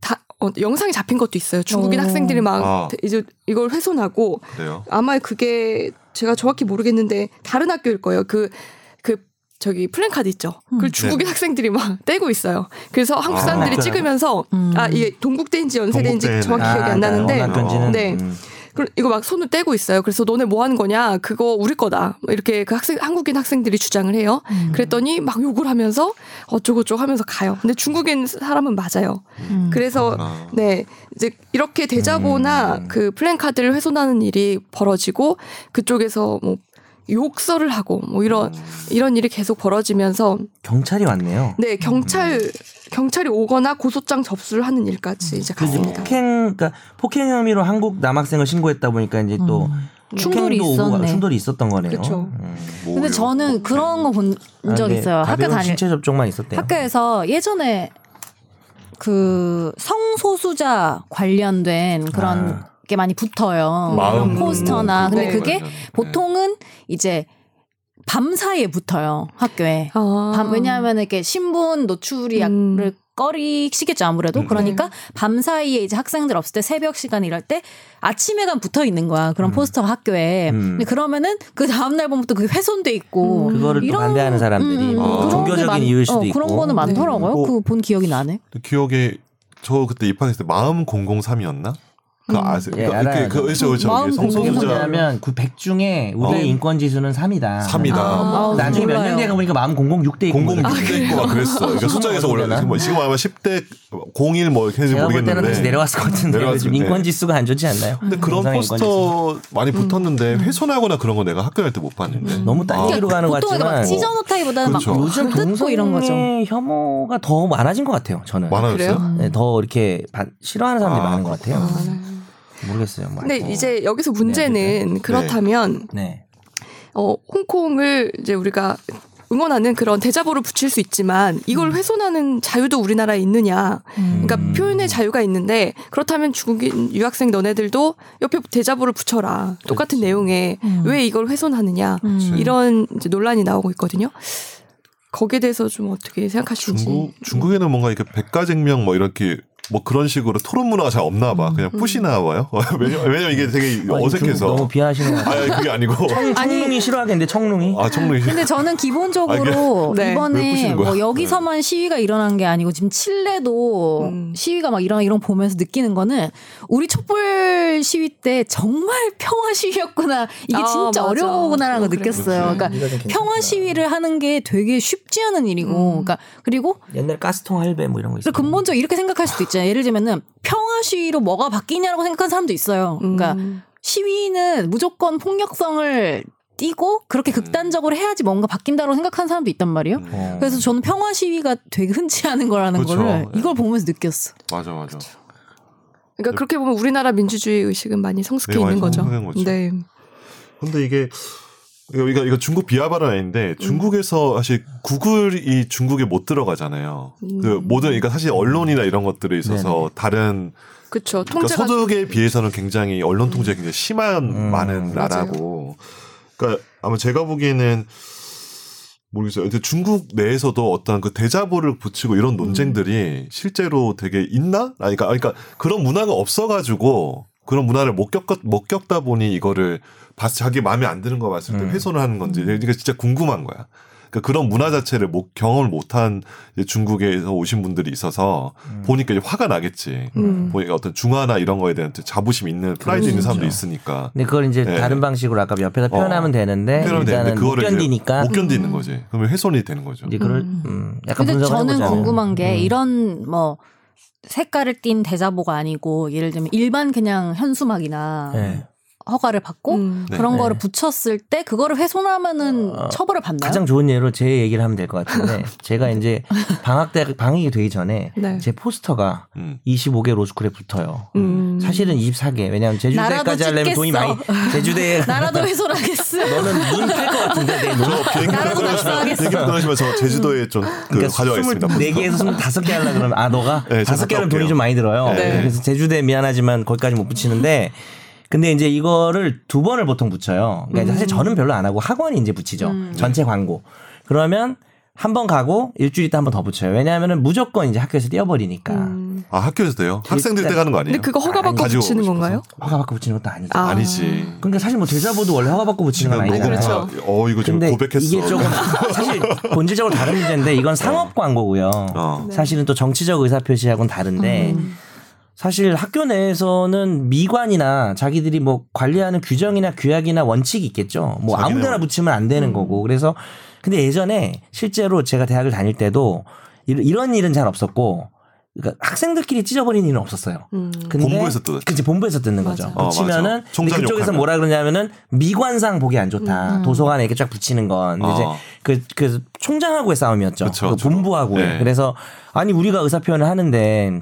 다 어, 영상이 잡힌 것도 있어요. 중국인
어.
학생들이 막
아.
대- 이제 이걸 훼손하고
그래요.
아마 그게 제가 정확히 모르겠는데 다른 학교일 거예요. 그, 그 저기 플랜카드 있죠. 그걸 중국인 학생들이 막 *laughs* 떼고 있어요. 그래서 한국
음. 네. 아.
사람들이 찍으면서
음.
아 이게 동국대인지 연세대인지
동국대는.
정확히
아,
기억이 안 나는데
그러니까 워낙
네.
음.
그 이거 막 손을 떼고 있어요. 그래서 너네 뭐 하는 거냐? 그거 우리 거다. 뭐 이렇게 그 학생 한국인 학생들이 주장을 해요.
음.
그랬더니 막 욕을 하면서 어쩌고저쩌고 하면서 가요. 근데 중국인 사람은 맞아요.
음.
그래서
그렇구나.
네 이제 이렇게 대자보나
음.
그 플랜카드를 훼손하는 일이 벌어지고 그쪽에서 뭐 욕설을 하고 뭐 이런
음.
이런 일이 계속 벌어지면서
경찰이 왔네요.
네 경찰 경찰이 오거나 고소장 접수를 하는 일까지 이제
그 이제
갔습니다.
폭행, 그러니까 폭행 혐의로 한국 남학생을 신고했다 보니까 이제 또
음. 충돌이
폭행도 오고 가-
있었네.
충돌이 있었던 거네요.
그쵸.
음.
근데
뭐예요?
저는 그런 거 본
아,
음. 적
근데
있어요. 학교
가벼운
다닐
신체 접촉만 있었대요.
학교에서 예전에 그 성소수자 관련된 그런
아.
게 많이 붙어요.
네. 마음
그런 포스터나 근데
네.
그게
네.
보통은 이제 밤 사이에 붙어요 학교에.
아.
밤, 왜냐하면 이렇게 신분 노출이
음. 네.
약을 꺼리시겠죠 아무래도
음.
그러니까 밤 사이에 이제 학생들 없을 때 새벽 시간 이럴 때 아침에간 붙어 있는 거야
음.
그런 포스터가 학교에
음.
근데 그러면은 그 다음 날 보면 또 그게 훼손돼 있고
음.
그거를 또 반대하는 사람들이
음, 음,
뭐
그런 게
종교적인
많-
이유일 수도
어,
있고 음. 어,
그런 거는 많더라고요
네.
그 본 기억이 나네
근데 기억에 저 그때 입학했을 때 마음 003이었나? 그거 아세요?
예,
그러니까 이렇게
알아요.
그 그렇죠,
음.
그렇죠.
마음
그게
이게 성소수자
공공이잖아요.
뭐냐면 그 100중에 우리
어.
의 인권 지수는 3이다. 어,
삼이다.
아,
나중에 몇
몰라요.
년 뒤에 보니까 마음 006대
아,
아,
006대 있고 막 그랬어.
*laughs*
그러니까 숫자에서 올라가서 뭐 지금 아마 10대 01 뭐 이렇게
제가 볼 때는 다시
모르겠는데.
내려왔을 것 같은데
내려왔을
요즘
때.
인권 지수가 안 좋지 않나요?
근데 그런
영상의 인권 지수.
포스터 많이
음.
붙었는데 훼손하거나 그런 거 내가 학교 다닐 때 못 봤는데.
네.
너무 딴
아.
얘기로 가는 것
보통 이렇게 막
같지만
찢어놓다기보다는
그렇죠.
막
요즘
뜯고 이런 거죠
동성애 혐오가 더 많아진 것 같아요. 저는
음.
많아졌어요?
네, 더 이렇게 바- 싫어하는 사람들이
아,
많은 것 같아요.
아, 네.
모르겠어요. 뭐.
근데 이제 여기서 문제는 그렇다면
네.
어, 홍콩을 이제 우리가 응원하는 그런 대자보를 붙일 수 있지만
음.
이걸 훼손하는 자유도 우리나라에 있느냐.
음.
그러니까 표현의 자유가 있는데 그렇다면 중국인 유학생 너네들도 옆에 대자보를 붙여라. 똑같은 내용에
음.
왜 이걸 훼손하느냐.
음.
그치.
이런 이제 논란이 나오고 있거든요. 거기에 대해서 좀 어떻게 생각하시는지.
중국 중국에는 뭔가 이렇게 백가쟁명 뭐 이렇게 뭐 그런 식으로 토론 문화가 잘 없나
음.
봐. 그냥 푸시 나와요. *laughs* 왜냐 왜냐 이게 되게
아니,
어색해서.
중국 너무 비하하시는 것 같아요.
아니
*laughs*
그게 아니고.
청룡이 싫어하겠는데 청룡이
아 청룡이.
근데 저는 기본적으로
네.
왜
이번에
부시는 거야?
뭐 여기서만 시위가 일어난 게 아니고 지금 칠레도
음.
시위가 막 일어나 이런 거 보면서 느끼는 거는 우리 촛불 시위 때 정말 평화 시위였구나 이게
아,
진짜
맞아.
어려구나라는 걸
그래.
느꼈어요. 그러니까
이거 좀 괜찮더라.
평화 시위를 하는 게 되게 쉽지 않은 일이고,
음.
그러니까 그리고
옛날 가스통 할배 뭐 이런 거 있어요.
그래서 근본적으로 이렇게 생각할 수도 있잖아요. 예를 들면은 평화 시위로 뭐가 바뀌냐라고 생각하는 사람도 있어요. 그러니까
음.
시위는 무조건 폭력성을 띠고
음.
그렇게 극단적으로 해야지 뭔가 바뀐다고 생각하는 사람도 있단 말이에요.
음.
어.
그래서 저는 평화 시위가 되게 흔치 않은 거라는
그렇죠.
그쵸.
거를
예.
이걸 보면서 느꼈어.
맞아 맞아.
그러니까 그렇게 보면 우리나라 민주주의 의식은 많이 성숙해
네, 많이
있는 거죠.
성숙한 거죠.
네.
근데 이게 이거 이거, 이거 중국 비하 발언인데
음.
중국에서 사실 구글이 중국에 못 들어가잖아요.
음.
그 모든 그러니까 사실 언론이나 이런 것들에 있어서 다른
그렇죠.
그러니까
통제가
소득에 비해서는 굉장히 언론 통제가 굉장히 심한
음.
많은
맞아요.
나라고. 그러니까 아마 제가 보기에는 모르겠어요. 근데 중국 내에서도 어떤 그 대자보를 붙이고
음.
이런 논쟁들이 실제로 되게 있나? 아니, 그러니까, 아니, 그러니까 그런 문화가 없어가지고 그런 문화를 못 겪었 못 겪다 보니 이거를 봤 자기 마음에 안 드는 거 봤을 때
음.
훼손을 하는 건지 그러니까 진짜 궁금한 거야. 그러니까 그런 문화 자체를 못, 경험을 못한 이제 중국에서 오신 분들이 있어서
음.
보니까 이제 화가 나겠지.
음.
보니까 어떤 중화나 이런 거에 대한 자부심 있는 프라이드 있는 사람도
그렇죠.
있으니까
근데 그걸 이제
네. 어.
다른 방식으로 아까 옆에다 표현하면 되는데
표현하면 되는데
네, 일단은 못
그거를 이제
견디니까
못 견디는 거지. 그러면 훼손이 되는 거죠.
이제 그럴
음.
음, 약간
근데
분석을
저는
해보자면.
궁금한 게
음.
이런 뭐 색깔을 띤 대자보가 아니고 예를 들면 일반 그냥 현수막이나
네.
허가를 받고
음.
네.
그런
네.
거를 붙였을 때 그거를 훼손하면은
어,
처벌을 받나요?
가장 좋은 예로 제 얘기를 하면 될 것
*laughs*
같은데 제가 이제 방학 때 방학이 되기 전에
네.
제 포스터가
음.
25개 로스쿨에 붙어요.
음.
사실은 24개. 왜냐하면
나라도
제주도까지 하려면 돈이 많이.
찍겠어.
제주도에
*laughs* 나라도 훼손하겠어.
*laughs* 너는 눈탈것 같은데 내 눈.
저 비행기
나라도 낙서하겠어.
비행기 떠나시면서 제주도에 좀그 가져가겠습니다.
그러니까 4개에서 25개 하려 그러면 아 너가
네, 저
다섯 개 하면
갔다 올게요.
돈이 좀 많이 들어요.
네.
그래서 제주도에 미안하지만 거기까지 못 붙이는데 근데 이제 이거를 두 번을 보통 붙여요. 그러니까 이제 사실
음.
저는 별로 안 하고 학원이 이제 붙이죠.
네.
전체 광고. 그러면 한 번 가고 일주일 있다 한 번 더 붙여요. 왜냐하면 무조건 이제 학교에서 떼어버리니까
음.
아 학교에서 돼요? 학생들 때 가는 거 아니에요?
근데 그거 허가 받고
가지고
붙이는
오고
건가요?
허가 받고 붙이는 것도 아니죠.
아.
아니지.
그러니까 사실 뭐 제자보도 원래 허가 받고 붙이는 건
지금
아니잖아요.
너무
그렇죠.
화- 어 이거 지금
근데
네, 고백했어.
이게
*laughs*
조금 사실 본질적으로 다른 문제인데 이건
네.
상업 광고고요.
어.
네. 음.
사실은 또 정치적 의사 표시하고는 다른데 사실 학교 내에서는 미관이나 자기들이 뭐 관리하는 규정이나 규약이나 원칙이 있겠죠. 뭐
자기네
아무데나
원-
붙이면 안
음.
되는 거고. 그래서 근데 예전에 실제로 제가 대학을 다닐 때도 이- 이런 일은 잘 없었고 그러니까 학생들끼리 찢어버리는 일은 없었어요.
음.
근데
본부에서 뜯었지.
그치 본부에서 뜯는 거죠.
맞아.
어,
붙이면은
맞아.
근데
총장
그쪽에서
욕하면.
뭐라 그러냐면은 미관상 보기 안 좋다.
음.
도서관에 이렇게 쫙 붙이는 건 근데
어.
이제 그, 그 총장하고의 싸움이었죠.
그쵸,
그
주로.
본부하고의.
네.
그래서 아니 우리가 의사 표현을 하는데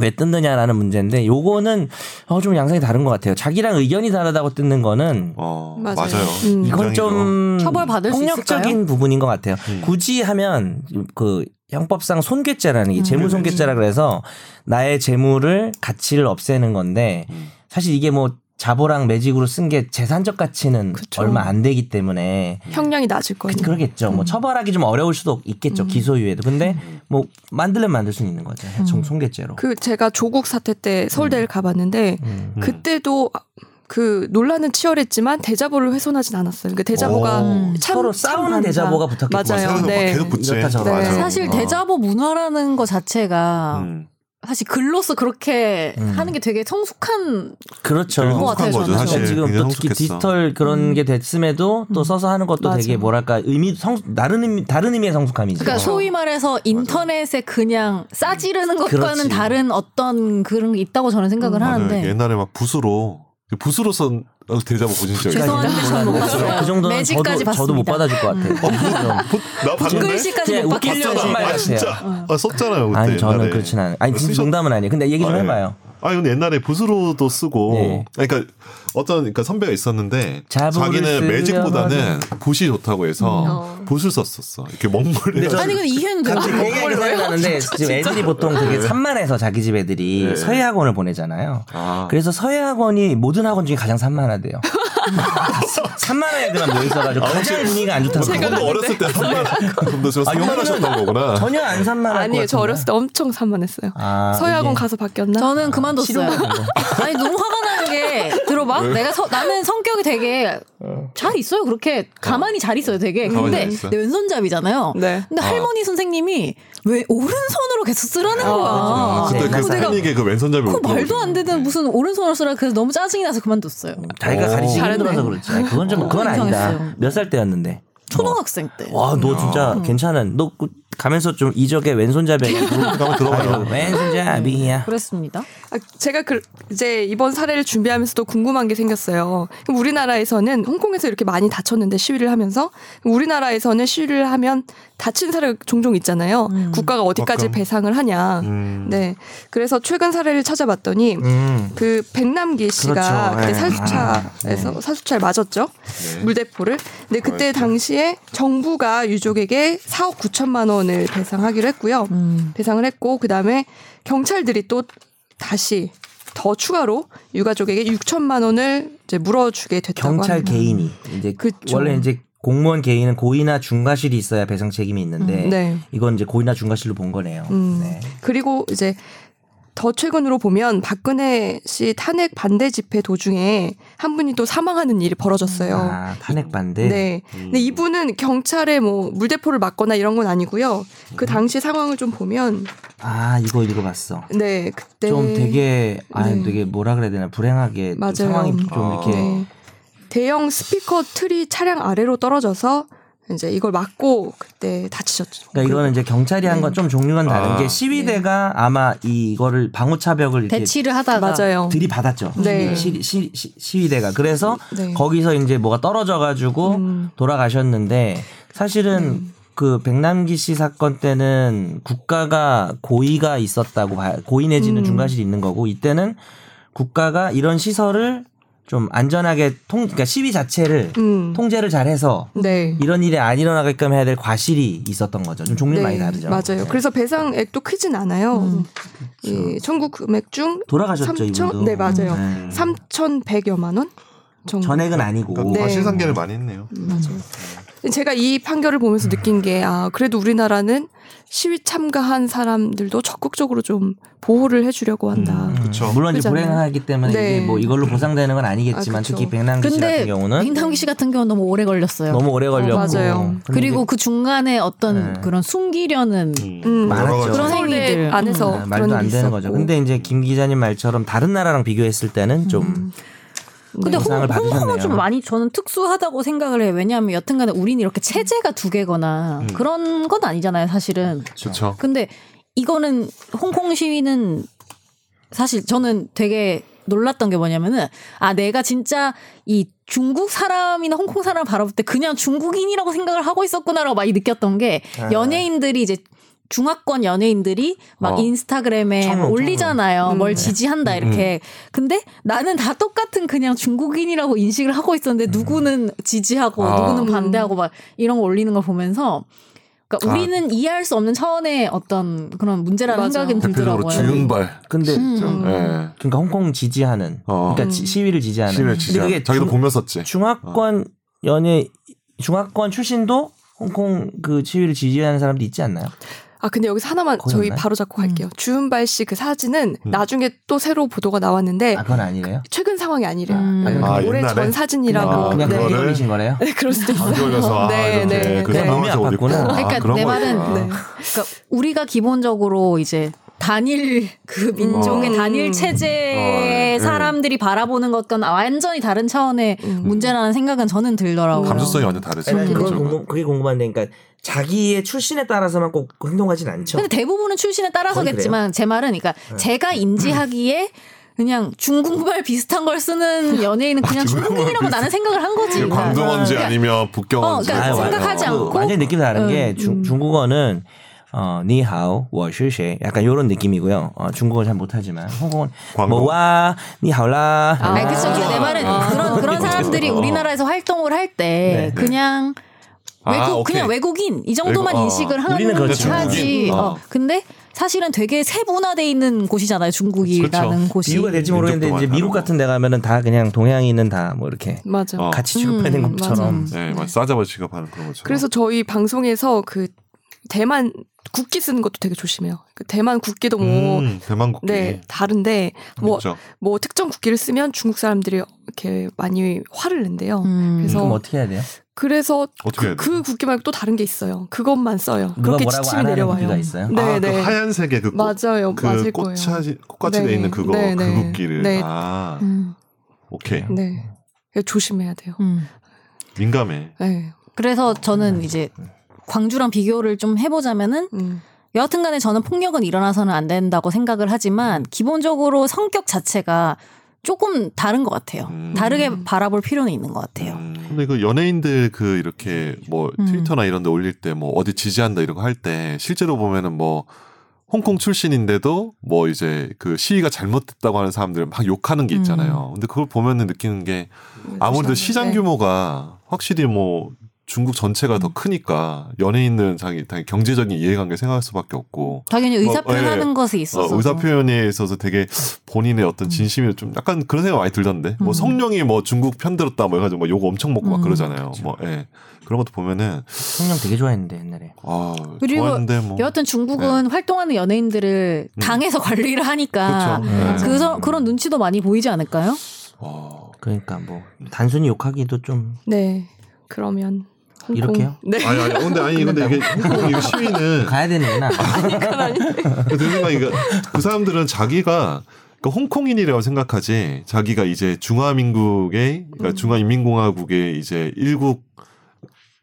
왜 뜯느냐라는 문제인데 요거는 어, 좀 양상이 다른 것 같아요. 자기랑 의견이 다르다고 뜯는 거는
어 맞아요.
맞아요. 음.
이건
굉장히 음.
좀
처벌받을 수
폭력적인
있을까요?
부분인 것 같아요. 굳이 하면 그 형법상 손괴죄라는
음.
게 재물 손괴죄라 그래서 나의 재물을 가치를 없애는 건데
음.
사실 이게 뭐 자보랑 매직으로 쓴 게 재산적 가치는
그쵸.
얼마 안 되기 때문에
형량이 낮을 거니까.
그러겠죠.
음.
뭐 처벌하기 좀 어려울 수도 있겠죠. 기소유예도. 근데 뭐 만들면 만들 수는 있는 거죠.
음.
정 손괴죄로.
그 제가 조국 사태 때 서울대를 가봤는데
음.
음.
그때도 그 논란은 치열했지만 대자보를 훼손하진 않았어요. 그러니까 대자보가
오.
참,
서로
참
싸우는
많다.
대자보가 붙었겠구만.
맞아요.
막
네.
계속 붙지.
이렇다 저렇다.
네.
그러니까
어.
사실 대자보 문화라는 거 자체가
음.
사실 글로서 그렇게
음.
하는 게 되게 성숙한
그렇죠.
되게
것
성숙한
같아요,
거죠.
저는.
사실
지금
굉장히
또 특히
성숙했어.
디지털 그런 게 됐음에도 또 써서 하는 것도
맞아.
되게 뭐랄까 의미 성 다른 의미 다른 의미의 성숙함이죠.
그러니까 소위 말해서 인터넷에 그냥 싸지르는 것과는
그렇지. 음.
다른 어떤 그런 게 있다고 저는 생각을
맞아요.
하는데
옛날에 막 붓으로 그 붓으로 선 어, 대자보 보신 적 있어요? 네.
죄송한데 저는 못 봤어요.
그 정도는 저도
매직까지
저도 못
봤습니다.
받아줄 것 같아요.
붓- 나 봤는데.
글씨까지
그냥
못 바뀌려고
웃겼잖아.
아
정말
진짜. 아, 썼잖아요 그때.
아니 저는
옛날에.
그렇진 않아요. 아니 진짜
쓰셨-
농담은 아니에요. 근데 얘기 좀
아, 예.
해봐요.
아 이건 옛날에 붓으로도 쓰고
네.
그러니까 어떤 그러니까 선배가 있었는데
자부를
자기는
쓰려고
매직보다는 붓이 좋다고 해서
음.
붓을 썼었어. 이렇게 먹물이
근데 저는
아니 근데 이현우 내가
갑자기 그 얘기가 생각나는데 지금 애들이 보통 되게 산만해서 자기 집 애들이
네.
서예학원을 보내잖아요.
아,
그래서 서예학원이 모든 학원 중에 가장
*laughs*
산만하대요. 산만한 애들만 모여있어가지고 가장 분위기가 안 좋다고.
아, 제가
그러더라고요.
어렸을 때 선만 그분도
아,
저 선만하셨던 거구나.
전혀 안 산만할
아니에요.
것
저
같은데.
어렸을 때 엄청 산만했어요.
아,
서예학원
이게
가서 바뀌었나?
저는 그만뒀어요. *laughs* 아니 너무 화가 나는 게 들어봐.
왜?
내가 서, 나는 성격이 되게 잘 있어요. 그렇게 가만히 잘 있어요. 되게.
가만히
근데
잘 있어.
내 왼손잡이잖아요.
네.
근데 할머니 선생님이 왜 오른손으로 계속 쓰라는
아, 네.
거야.
그때
그때
네,
그
맞아요.
내가
선생님에게 그 왼손잡이
그
올라오고
말도 안 되는
있었는데.
무슨 오른손으로 쓰라 그래서 너무 짜증이 나서 그만뒀어요.
자기가
오.
가리지
잘했네.
힘들어서 그렇지. 아니, 그건 좀 그건
이상했어요.
아니다. 몇 살 때였는데.
초등학생 때.
와 너 진짜
음.
괜찮아. 너 그- 가면서 좀 이적에 왼손잡이야.
*laughs* 한번 들어봐요.
왼손잡이야.
그랬습니다.
아, 제가 그, 이제 이번 사례를 준비하면서도 궁금한 게 생겼어요. 그럼 우리나라에서는 홍콩에서 이렇게 많이 다쳤는데 시위를 하면서 그럼 우리나라에서는 시위를 하면 다친 사례가 종종 있잖아요. 국가가 어디까지
가끔.
배상을 하냐.
음.
네. 그래서 최근 사례를 찾아봤더니
음.
그 백남기 씨가
그렇죠.
그때
네. 음.
살수차에서 살수차를 맞았죠.
네.
물대포를. 근데
네.
그때 당시에 정부가 유족에게 4억 9천만 원을 배상하기로 했고요.
음.
음.
배상을 했고 그다음에 경찰들이 또 다시 더 추가로 유가족에게 6천만 원을 이제 물어주게 됐다고
경찰
합니다.
개인이 이제
그쵸.
원래 이제 공무원 개인은 고의나 중과실이 있어야 배상 책임이 있는데
네.
이건 이제 고의나 중과실로 본 거네요.
음.
네.
그리고 이제 더 최근으로 보면 박근혜 씨 탄핵 반대 집회 도중에 한 분이 또 사망하는 일이 벌어졌어요.
아 탄핵 반대.
네. 근데 이분은 경찰에 뭐 물대포를 맞거나 이런 건 아니고요. 그 당시 상황을 좀 보면
아 이거 읽어봤어.
네 그때
좀 되게 아
네.
되게 뭐라 그래야 되나 불행하게 좀
맞아요.
상황이 좀
아.
이렇게
네. 대형 스피커 틀이 차량 아래로 떨어져서 이제 이걸 맞고 그때 네. 다치셨죠.
그러니까 이거는 이제 경찰이 한 건 좀 종류가 다른
아.
게 시위대가 아마 이거를 방호차벽을 이렇게
대치를 하다가
맞아요.
들이받았죠.
네.
시, 시, 시, 시위대가 그래서
네.
거기서 이제 뭐가 떨어져가지고
음.
돌아가셨는데 사실은
네.
그 백남기 씨 사건 때는 국가가 고의가 있었다고 봐 고의 내지는
음.
중과실이 있는 거고 이때는 국가가 이런 시설을 좀 안전하게 통 그러니까 시위 자체를
음.
통제를 잘해서
네.
이런 일이 안 일어나게끔 해야 될 과실이 있었던 거죠. 좀 종류
네,
는 많이 다르죠.
맞아요.
네. 음.
그래서 배상액도 크진 않아요. 이 청구 금액 중
돌아가셨죠
삼천-
이분도.
네, 맞아요.
네.
3,100여만 원 정도.
전액은 아니고
그러니까
네.
과실상계를 많이 했네요.
제가 이 판결을 보면서 느낀 게, 아, 그래도 우리나라는 시위 참가한 사람들도 적극적으로 좀 보호를 해주려고 한다.
음.
그쵸.
물론
그렇지
이제
않나요?
불행하기 때문에
네.
이게 뭐 이걸로 보상되는 건 아니겠지만
아, 그쵸.
특히 백남기 씨
근데
같은 경우는
김남기 씨 같은 경우는 너무 오래 걸렸어요.
너무 오래 걸렸고
맞아요.
근데
그리고 그 중간에 어떤
네. 그런
그런 숨기려는
음.
여러 가지.
그런
서울대
행위들.
이제,
안에서
아,
그런
말도 안
일이
되는
있었고. 음.
거죠. 근데 이제 김 기자님 말처럼 다른 나라랑 비교했을 때는 좀
근데 홍,
보상을 네.
홍콩은
받으셨네요.
좀 많이 저는 특수하다고 생각을 해요. 왜냐하면 여튼간에 우린 이렇게 체제가 두 개거나
음.
그런 건 아니잖아요, 사실은.
그렇죠.
근데 이거는 홍콩 시위는 사실 저는 되게 놀랐던 게 뭐냐면은 아 내가 진짜 이 중국 사람이나 홍콩 사람 바라볼 때 그냥 중국인이라고 생각을 하고 있었구나라고 많이 느꼈던 게
네.
연예인들이 이제 중화권 연예인들이 막
어.
인스타그램에
청룡, 청룡.
올리잖아요.
음.
뭘 지지한다 이렇게. 근데 나는 다 똑같은 그냥 중국인이라고 인식을 하고 있었는데 누구는 지지하고
아.
누구는 반대하고 막 이런 거 올리는 걸 보면서 그러니까
아.
우리는 이해할 수 없는 차원의 어떤 그런 문제라는
맞아.
생각이
대표적으로
들더라고요.
주윤발.
근데
음.
예.
그러니까 홍콩 지지하는
어.
그러니까 지- 시위를 지지하는
시위를
근데
지지하는.
그게
자기도
중-
보면 썼지.
중화권 연예 중화권 출신도 홍콩 그 시위를 지지하는 사람도 있지 않나요?
아 근데 여기서 하나만
거의
저희
없나요?
바로 잡고 갈게요. 주은발 씨 그 사진은 나중에 또 새로 보도가 나왔는데
아 그건 아니래요.
최근 상황이 아니래요.
음.
아,
아,
오래
옛날에?
전 사진이라고.
아,
그냥
네.
그걸
그거를-
올리신 거래요?
*laughs* 네, 그럴 수도 있어요.
감기 걸려서 아,
네,
이렇게
네.
그
네.
상황에서
마음이
어디 있구나.
아팠구나.
아,
그러니까
그런
내
거였구나.
말은
네.
그러니까 우리가 기본적으로 이제 단일 그 민족의
음.
단일 체제의
어, 네.
사람들이 바라보는 것과는 완전히 다른 차원의 문제라는 생각은 저는 들더라고요.
음. 아. 감수성이 완전
네.
다르지.
그건
그렇죠. 음.
그쪽은.
궁금, 그게 궁금한데, 그러니까 자기의 출신에 따라서만 꼭 행동하진 않죠.
근데 대부분은 출신에 따라서겠지만 제 말은 그러니까 제가 인지하기에 그냥 중국말 비슷한 걸 쓰는 연예인은 그냥
중국말
중국인이라고 나는 생각을 한 거지.
이게
음.
광동원지 아니면
어,
북경원지.
그러니까
아유,
생각하지
아유,
않고
완전히 느낌이 다른
음,
게 중, 중국어는 어, 니하오, 워슈쉐. 약간 요런 느낌이고요. 어, 중국어 잘 못하지만. 홍콩은
광고.
뭐와, 니하오라.
아, 그쵸. 근데 내 말은
아.
그런, 그런 사람들이
어.
우리나라에서 활동을 할 때
네.
그냥
아,
외국,
오케이.
그냥 외국인 이 정도만
외국- 어.
인식을
우리는
하는
그렇죠.
하지.
중국인.
어.
어.
근데 사실은 되게 세분화돼 있는 곳이잖아요. 중국이라는
그렇죠.
곳이.
비유가 될지 모르겠는데
민족도
이제 미국
많다고.
같은 데 가면은 다 그냥 동양인은 다 뭐 이렇게
맞아.
어.
같이 취급하는
음,
것처럼.
네, 막 싸잡아 취급하는 그런 것처럼.
그래서 저희 방송에서 그 대만 국기 쓰는 것도 되게 조심해요. 그 대만 국기도 뭐
음, 대만 국기.
네, 다른데 뭐 뭐
그렇죠.
특정 국기를 쓰면 중국 사람들이 이렇게 많이 화를 낸대요.
음.
그래서
그럼 어떻게 해야 돼요?
그래서
어떻게
그,
해야 돼요?
그 국기 말고 또 다른 게 있어요. 그것만 써요.
누가
그렇게
뭐라고
지침이
안 하는
내려와요.
국기가 있어요?
네,
아,
네.
그 하얀색의 그 꽃,
맞아요.
그
맞을 거예요.
꽃이 꽃같이 돼
네,
있는 그거
네, 네.
그 국기를
네.
아
음.
오케이
네. 그래서 조심해야 돼요.
음.
민감해
네.
그래서 저는 이제 광주랑 비교를 좀 해보자면은
음.
여하튼간에 저는 폭력은 일어나서는 안 된다고 생각을 하지만 기본적으로 성격 자체가 조금 다른 것 같아요.
음.
다르게 바라볼 필요는 있는 것 같아요.
음. 근데 그 연예인들 그 이렇게 뭐
음.
트위터나 이런 데 올릴 때 뭐 어디 지지한다 이런 거 할 때 실제로 보면은 뭐 홍콩 출신인데도 뭐 이제 그 시위가 잘못됐다고 하는 사람들을 막 욕하는
음.
게 있잖아요. 근데 그걸 보면은 느끼는 게 아무래도 뭐 시장
네.
규모가 확실히 뭐 중국 전체가
음.
더 크니까 연예인들은 자기, 자기 경제적인 이해관계 생각할 수밖에 없고
당연히 의사
뭐, 예.
표현하는 것에 있어서
어, 의사 표현에 있어서 되게 본인의 어떤 진심이 좀 약간 그런 생각 많이 들던데 뭐
음.
성룡이 뭐 중국 편들었다 뭐 해가지고 뭐 욕 엄청 먹고 막
음.
그러잖아요 뭐 예. 그런 것도 보면은
성령 되게 좋아했는데 옛날에.
아
그리고
좋았는데 뭐
여하튼 중국은 활동하는 연예인들을
음.
당에서 관리를 하니까
그렇죠. 네.
그런 눈치도 많이 보이지 않을까요?
어,
그러니까 뭐 단순히 욕하기도 좀
네. 그러면 홍콩.
이렇게요?
네.
아니 아니 근데 아니
*laughs*
근데 이게 홍콩 이 시위는
가야 되는구나.
내 생각에 그그 사람들은 자기가 그러니까 홍콩인이라고 생각하지 자기가 이제 중화민국의
음.
그러니까 중화인민공화국의 이제 일국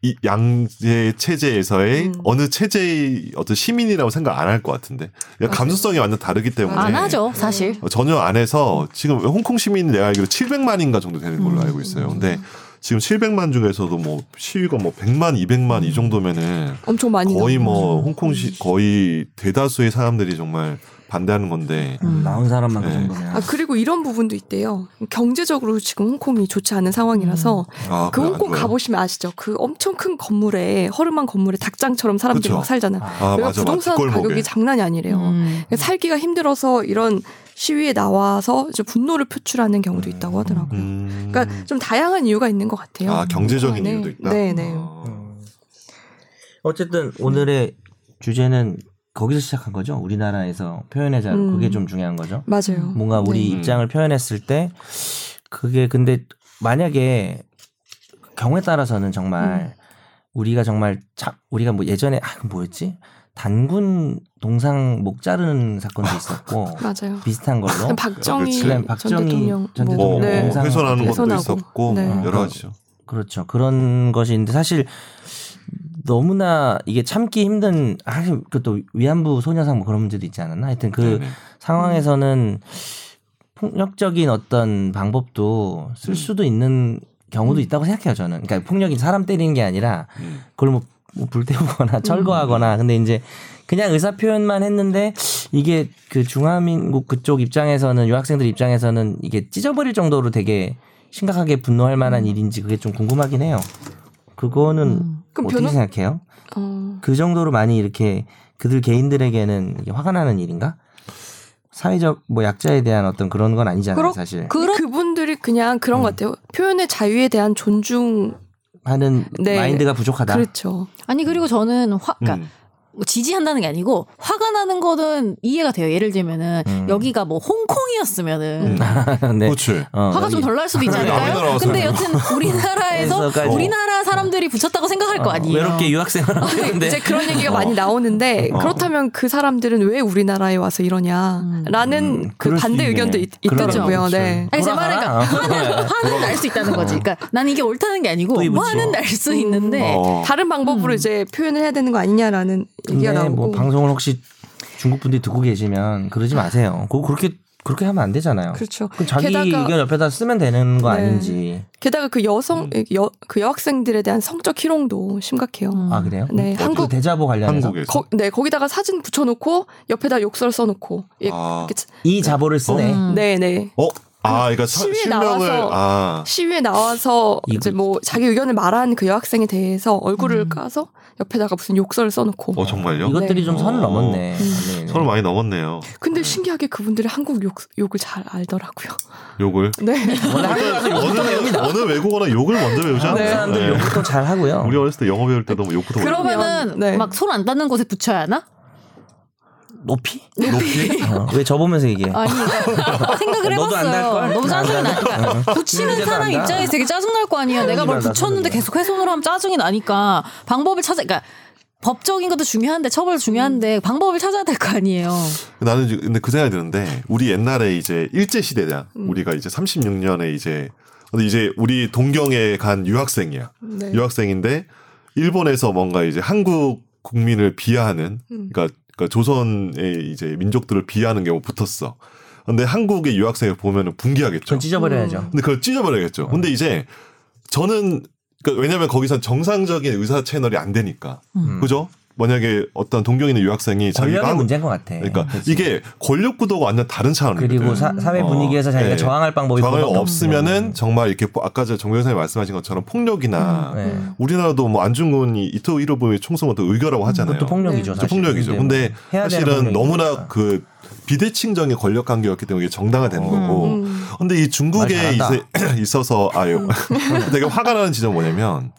이 양제 체제에서의
음.
어느 체제의 어떤 시민이라고 생각 안 할 것 같은데 그러니까 감수성이 완전 다르기 때문에
안 하죠, 사실.
어, 전혀 안 해서 지금 홍콩 시민 내가 알기로 700만인가 정도 되는 걸로
음.
알고 있어요. 근데 지금 700만 중에서도 뭐 시위가 뭐 100만, 200만 이 정도면은
엄청 많이 나오죠.
거의
음.
뭐 홍콩시 거의 대다수의 사람들이 정말 반대하는 건데
음.
나온 사람만 그
네.
정도면.
아 그리고 이런 부분도 있대요. 경제적으로 지금 홍콩이 좋지 않은
음.
상황이라서
아,
그
그래, 안
홍콩
좋아요?
가보시면 아시죠. 그 엄청 큰 건물에 허름한 건물에 닭장처럼 사람들이
그쵸.
막 살잖아요.
아,
여기가
맞아, 맞아.
부동산
뒷골목에.
가격이 장난이 아니래요.
음.
그러니까 살기가 힘들어서 이런 시위에 나와서 이제 분노를 표출하는 경우도 있다고 하더라고요.
음.
그러니까 좀 다양한 이유가 있는 것 같아요.
아, 경제적인
네.
이유도 있다.
네, 네.
아.
음. 어쨌든 오늘의 주제는 거기서 시작한 거죠. 우리나라에서 표현의 자유
음.
그게 좀 중요한 거죠.
맞아요.
뭔가 우리
네.
입장을 표현했을 때 그게 근데 만약에 경우에 따라서는 정말 우리가 정말 자, 우리가 뭐 예전에 아, 그 뭐였지 단군 동상 목 자르는 사건도 있었고
맞아요.
비슷한 걸로
박정희
어? 그렇지.
전
네, 박정희
대통령
전
뭐,
뭐,
대통령
네.
영상
훼손하는 것도
훼손하고.
있었고
네.
뭐 여러 가지죠.
그렇죠. 그런 것이 있는데 사실 너무나 이게 참기 힘든 사실 그또 위안부 소녀상 뭐 그런 문제도 있지 않았나? 하여튼 그
네, 네.
상황에서는 폭력적인 어떤 방법도 쓸
음.
수도
음.
있는 경우도 있다고 생각해요, 저는. 그러니까 폭력이 사람 때리는 게 아니라
음.
그걸 뭐, 뭐
음.
불태우거나 철거하거나 근데 이제 그냥 의사 표현만 했는데 이게 그 중화민국 그쪽 입장에서는 유학생들 입장에서는 이게 찢어버릴 정도로 되게 심각하게 분노할 만한
음.
일인지 그게 좀 궁금하긴 해요. 그거는
음.
그럼
어떻게
변호-
생각해요?
어,
그 정도로 많이 이렇게 그들 개인들에게는 이게 화가 나는 일인가? 사회적 뭐 약자에 대한 어떤 그런 건 아니잖아요,
그렇-
사실.
근데 그분들이 그냥 그런
음.
것 같아요. 표현의 자유에 대한 존중.
하는
네.
마인드가 부족하다.
그렇죠.
아니 그리고 저는 화, 그러니까
음.
뭐 지지한다는 게 아니고 화가 나는 거는 이해가 돼요. 예를 들면은
음.
여기가 뭐 홍콩이었으면은
*laughs* 네.
음. 그렇지.
어,
화가 좀
여기-
덜 날 수도 있지
음. 아, 그래, 남의
않을까요?
나라
근데 여튼 우리나라에서
*laughs* 그래서까지.
어.
우리나라 사람들이 붙였다고 생각할 거
어,
아니에요.
외롭게 유학생을 하는데
이제 그런 얘기가 많이 나오는데
어.
그렇다면 그 사람들은 왜 우리나라에 와서
음.
이러냐라는
음,
그
그럴 수
반대
있네.
의견도 있,
그러네,
더라고요
그렇죠.
네.
아니 제 말은
돌아가라. 어,
그러니까 화는 화는 날 수 있다는 거지. 그러니까 난 이게 옳다는 게 아니고
또 이부지요.
화는 날 수 있는데
어.
네. 다른 방법으로 이제 표현을 해야 되는 거 아니냐라는 얘기가
근데
나오고
뭐 방송을 혹시 중국 분들이 듣고 계시면 그러지 마세요. 그거 그렇게 그렇게 하면 안 되잖아요.
그렇죠.
그럼 자기
게다가-
의견 옆에다 쓰면 되는 거
네.
아닌지.
게다가 그 여성 여, 그 여학생들에 대한 성적 희롱도 심각해요.
아 그래요?
네,
그
한국-
대자보 관련해서
한국에서
거, 네 거기다가 사진 붙여놓고 옆에다 욕설 써놓고 예,
아,
이렇게 치-
이 자보를 쓰네.
음.
네네
어? 아, 그러니까 서-
시위에
실명을
나와서-
아,
시위에 나와서
이분.
이제 뭐 자기 의견을 말한 그 여학생에 대해서 얼굴을 까서 옆에다가 무슨 욕설을 써놓고
어 정말요?
네, 이것들이 좀 선을
어.
넘었네. 네.
선을 많이 넘었네요.
근데 신기하게 그분들이 한국 욕, 욕을 잘 알더라고요.
욕을
네.
원래 한국 가서
어느, 어느 외국어나 욕을 먼저 배우지
한국
않나요?
네, 아, 사람들
네.
욕을 또 잘 하고요.
우리 어렸을 때 영어 배울 때도 뭐 욕부터
그럼-
그러면은
네.
막 손 안 닿는 곳에 붙여야 하나?
높이?
배우- 높이
어, 왜 저보면서 얘기해?
아니 그러니까 생각을
너도 안
해봤어요.
닿을걸?
너무 짜증이
나안
나니까 *laughs* 붙이는
이제도
사람
안 닿아.
입장에서 되게 짜증 날 거 아니에요. 내가 뭘
이제도 안 닿는다.
붙였는데 계속 훼손을 하면 짜증이 나니까 방법을 찾아. 그러니까 법적인 것도 중요한데 처벌도 중요한데 방법을 찾아야 될 거 아니에요.
나는 이제 근데 그 생각이 드는데 우리 옛날에 이제 일제 시대냐 우리가 이제 36년에 이제 근데 이제 우리 동경에 간 유학생이야
네.
유학생인데 일본에서 뭔가 이제 한국 국민을 비하하는
음.
그러니까, 그러니까 조선의 이제 민족들을 비하하는 경우 붙었어 근데 한국의 유학생을 보면은 분개하겠죠
전 찢어버려야죠.
음.
근데 그걸 찢어버려야겠죠 근데 이제 저는 그러니까 왜냐면 거기선 정상적인 의사 채널이 안 되니까
음.
그죠 만약에 어떤 동경에 있는 유학생이 자기가
전략의
한국-
문제인 것 같아.
그러니까 이게 권력 구도가 완전 다른 차원이거든.
음, 그리고 사, 회
어,
분위기에서 자기가
예.
저항할 방법이
저항이
그거밖에
없으면은
없으면.
정말 이렇게 뭐 아까 저 정변사님 말씀하신 것처럼 폭력이나
네.
우리나라도 뭐 안중근이 이토 히로부미 총성은 또 의결하고 하잖아요.
음, 그것도 폭력이죠.
그것도
사실.
네. 폭력이죠. 근데
뭐 해야 되는
사실은 너무나
폭력이니까.
그 비대칭적인 권력 관계였기 때문에 이게 정당화된 거고.
음.
근데 이 중국에
어. 말 잘한다. 음.
이제 *clears throat* 있어서 *laughs* 아유 되게 화가 나는 지점 뭐냐면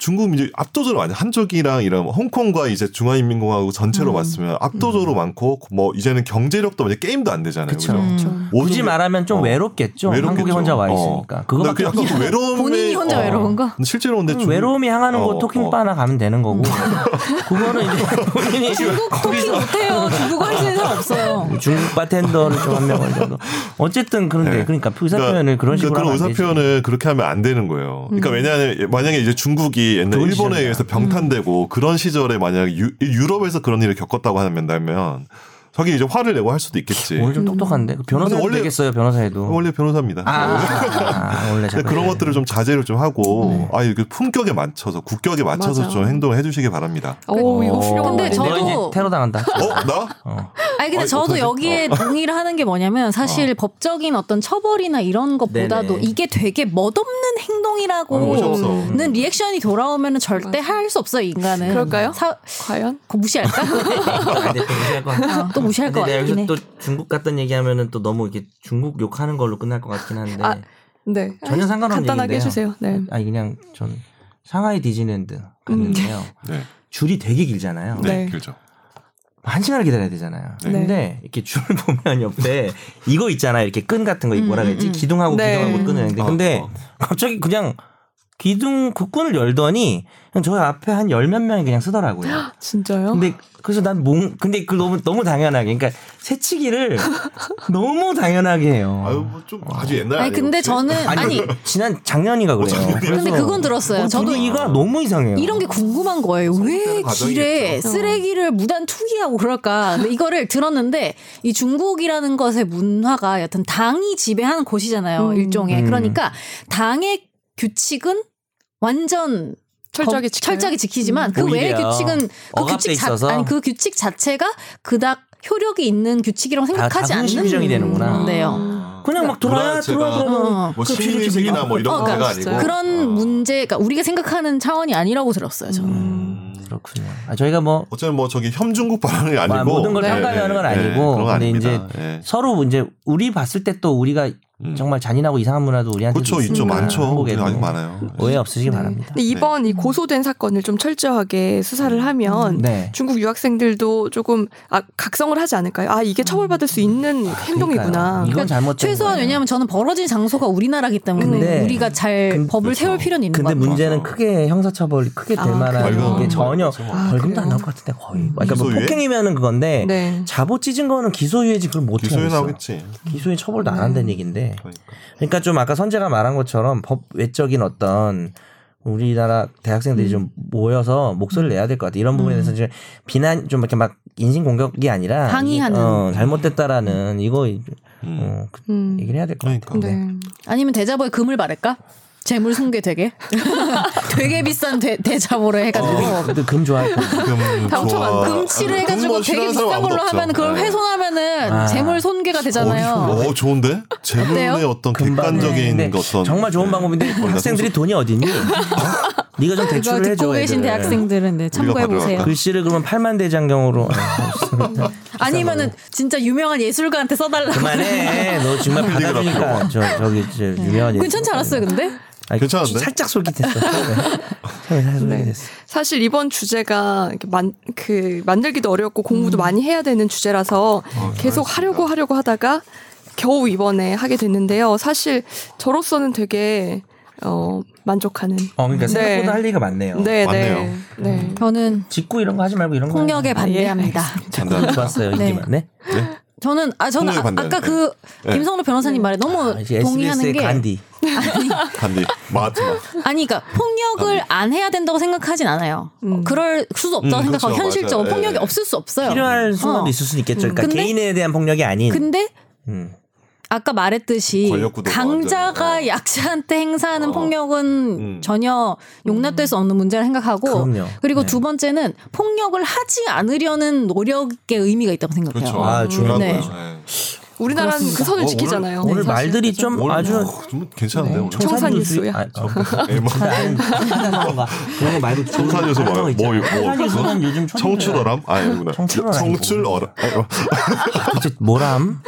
중국 이제 압도적으로 많이 한족이랑 이런 홍콩과 이제 중화인민공화국
음.
전체로 봤으면 압도적으로 많고 뭐 이제는 경제력도 이제 게임도 안 되잖아요.
그쵸. 음.
그렇죠.
그죠? 모든
굳이
게-
말하면 좀
어.
외롭겠죠. 한국에
외롭겠죠.
혼자 와
어.
있으니까.
근데 그
그거밖에
약간
*laughs*
그 외로움에
본인이 혼자
어.
외로운가?
근데 실제로 근데
음,
중-
외로움이 향하는
어,
곳 토킹바나 가면 되는
*laughs*
거고 그거는 이제 본인이
중국 토킹 못해요. 중국어 할 수 있는 사람 없어요.
중국 바텐더를 좀 한 명 정도 어쨌든 그런데
네.
그러니까 의사
그러니까-
표현을 그런 식으로
그러니까 그런
하면 안
의사
되지. 음.
표현을 그렇게 하면 안 되는 거예요. 그러니까 왜냐하면 만약에 이제 중국이 옛날
좋은 음.
일본에
시절이야.
의해서 병탄되고 그런 시절에 만약 유, 유럽에서 그런 일을 겪었다고 한다면 자기 이제 화를 내고 할 수도 있겠지.
오늘 좀 똑똑한데 변호사
음. 근데
도
원래-
되겠어요 변호사에도
원래 변호사입니다. 네.
아, 아, 아, 원래
근데
잠깐.
그런 것들을 좀 자제를 좀
네.
하고 아 이게 품격에 맞춰서 국격에 맞춰서
맞아.
좀 행동을 해주시기 바랍니다.
오
어.
이거 훌륭한
근데
근데
내가
저도-
이제 테러 당한다
어 나?
아니 근데
아니,
저도
어떡하지?
여기에 동의를 하는 게 뭐냐면 사실 법적인 어떤 처벌이나 이런 것보다도
네네.
이게 되게 멋없는
어,
행동이라고
멋이 없어.
는 리액션이 돌아오면은 절대 할 수 없어 인간은.
그럴까요?
사,
과연
그거 무시할까?
아, 근데 또 무시할 것 같아.
어, 또 무시할 것
근데 내가
같긴 해.
여기서 또 중국 갔던 얘기하면은 또 너무 이렇게 중국 욕하는 걸로 끝날 것 같긴 한데
아, 네
전혀 상관없는
간단하게
얘기인데요. 음.
해주세요. 네.
아니 그냥 전 상하이 디즈니랜드
음.
갔는데요.
네,
줄이 되게 길잖아요.
네,
네.
그렇죠.
한 시간을 기다려야 되잖아요.
네.
근데 이렇게 줄 *laughs* 보면 옆에 이거 있잖아요. 이렇게 끈 같은 거 뭐라
음,
그랬지?
음.
기둥하고
네.
기둥하고 끊어는데
어,
근데
어.
갑자기 그냥 기둥 그 끈을 열더니 그냥 저 앞에 한 열 몇 명이 그냥 쓰더라고요.
*gasps*
진짜요?
어.
근데 그래서 난 몽, 근데 그 너무 너무 당연하게 그러니까
*laughs*
새치기를 너무 당연하게 해요.
아유 뭐좀 아주 옛날
아니
아니에요,
근데
혹시?
저는 아니,
아니, 뭐 지난
어,
작년인가 그래요.
근데 그건 들었어요. 저도 이,
이가 너무 이상해요.
이런 게 궁금한 거예요. 왜
성립되는
어.
길에
과정이겠죠.
쓰레기를 무단 투기하고 그럴까? 근데 이거를 들었는데 이 중국이라는 것의 문화가 여튼 당이 지배하는 곳이잖아요.
음.
일종의
음.
그러니까 당의 규칙은 완전
철저하게
거-
지켜요?
철저하게 지키지만
음.
그 외의
오히려
규칙은 그
억압돼
규칙 자,
있어서?
아니 그 규칙 자체가 그닥 효력이 있는 규칙이라고 생각하지 않는
자존심 규정이 되는구나.
건데요.
그냥 그 막 돌아야
문화체가-
돌아 돌아.
음.
어.
뭐 시민의식이나 뭐 이런
어,
문제가
그러니까
아니고
진짜요?
그런
어.
문제, 그러니까 우리가 생각하는 차원이 아니라고 들었어요. 저는.
음.
그렇군요. 아, 저희가 뭐
어쨌든 뭐 저기 혐중국 발언이 아니고 예,
아, 모든 걸
네.
평가하는 건 아니고
그런
근데
거 아닙니다.
이제
예.
서로 뭐 이제 우리 봤을 때 또 우리가
음.
정말 잔인하고 이상한 문화도 우리한테
그렇죠 있죠 많죠 우리는 아직 많아요.
뭐
예.
오해 없으시기
네.
바랍니다.
근데 이번 이 고소된 사건을 좀 철저하게 수사를 하면
네.
중국 유학생들도 조금 아, 각성을 하지 않을까요? 아 이게 처벌받을 수 있는 행동이구나.
아, 그러니까요. 이건 잘못된
최소한
거예요.
왜냐하면 저는 벌어진 장소가 우리나라기 때문에
근데-
우리가 잘
근-
법을
그렇죠.
세울 필요는 있는 것
근데
같아요.
문제는
맞아.
크게 형사처벌이 크게 될
아,
만한
그래요?
게 전혀
아,
벌금도
그래요?
안 나올 것 같은데 거의. 그러니까 뭐
기소유예?
폭행이면은 그건데
네.
자보 찢은 거는 기소유예지 그걸 못
기소에 나오겠지.
기소유 처벌도 안 한다는 얘기인데.
그러니까.
그러니까 좀 아까 선재가 말한 것처럼 법 외적인 어떤 우리나라 대학생들이
음.
좀 모여서 목소리를 내야 될 것 같아. 이런 부분에 대해서 좀 비난 좀 이렇게 막 인신 공격이 아니라
항의하는.
어, 잘못됐다라는 이거
음.
어, 그
음.
얘기를 해야 될 것
그러니까.
같아요. 네.
네.
아니면 대자보에 금을 바를까? 재물 송괴 되게 *laughs* 되게 비싼 대, 대자보로 해가지고
어,
근데 금 좋아할 거
금 그러니까 좋아.
금치를
금뭐
해가지고 되게
싫어하는 사람
비싼
아무도
걸로
없죠.
하면 그걸
네.
훼손하면은
아.
재물 손괴가
뭐
되잖아요.
어, 좋은데? 재물의
어때요?
어떤
금방.
객관적인 그
네.
어떤
정말 좋은 방법인데
그걸 다
학생들이 돈이 어딨니? 어? 네가 좀
이거
대출을 해줘.
듣고 계신
애들.
대학생들은 네, 참고해 보세요.
받으러
글씨를 그러면 8만 대장경으로 어,
아니면은 진짜 유명한 예술가한테 써달라고.
그만해. 너 정말
*laughs* 흘리고
받아주니까 저 저기 저
네.
유명한 네. 얘기.
괜찮지 않았어요, 근데?
아니,
괜찮은데?
살짝 솔깃했어. 네. 살짝 솔깃했어.
사실 이번 주제가 이렇게 만, 그 만들기도 어렵고 공부도
음.
많이 해야 되는 주제라서
아,
계속 하려고 하려고 하다가 겨우 이번에 하게 됐는데요. 사실 저로서는 되게 어, 만족하는.
어, 그러니까
네.
생각보다 할 얘기가 많네요. 음.
네,
맞네요.
네, 네.
저는
직구 이런 거 하지 말고 이런 거.
폭력에
하지.
반대합니다.
판단.
좋았어요
네.
이기만. 네.
네?
저는 아 저는
폭력에
아,
반대하는
아까 그
네.
김성로 변호사님 말에 너무
아, 이제
어, 동의하는
SBS의
게
간디.
간디. 마트마.
아니 그러니까 폭력을 안 해야 된다고 생각하진 않아요. 어, 그럴 수도 없다고
음,
생각하고
그렇죠.
현실적으로
맞아요.
폭력이
예.
없을 수 없어요.
필요할 순간도
어.
있을 수 있겠죠. 그러니까
근데-
개인에 대한 폭력이 아닌.
근데
음.
아까 말했듯이
권력 구도가
강자가
완전히, 어.
약자한테 행사하는
어. 음.
폭력은 전혀 용납될 수 없는 문제라 생각하고
그럼요.
리고
네.
두 번째는 폭력을 하지 않으려는 노력의 의미가 있다고 생각해요.
그렇죠.
아, 중요한
네.
거죠. 네.
우리나라는 그 선을
어, 오늘-
지키잖아요.
오늘
사실.
말들이
그래서.
좀
오늘
아주 네.
어, 좀 괜찮은데 오늘.
청- 청산 뉴스야.
아, 어.
에마.
나는 청산호가 그런 거 말고
청산 뭐. 뉴스 말고 뭐, 뭐,
청산유소는 요즘 청출어라.
청출어람? 아, 아니구나.
청출어람.
청출어람. 아이고,
네. 이제 뭐람?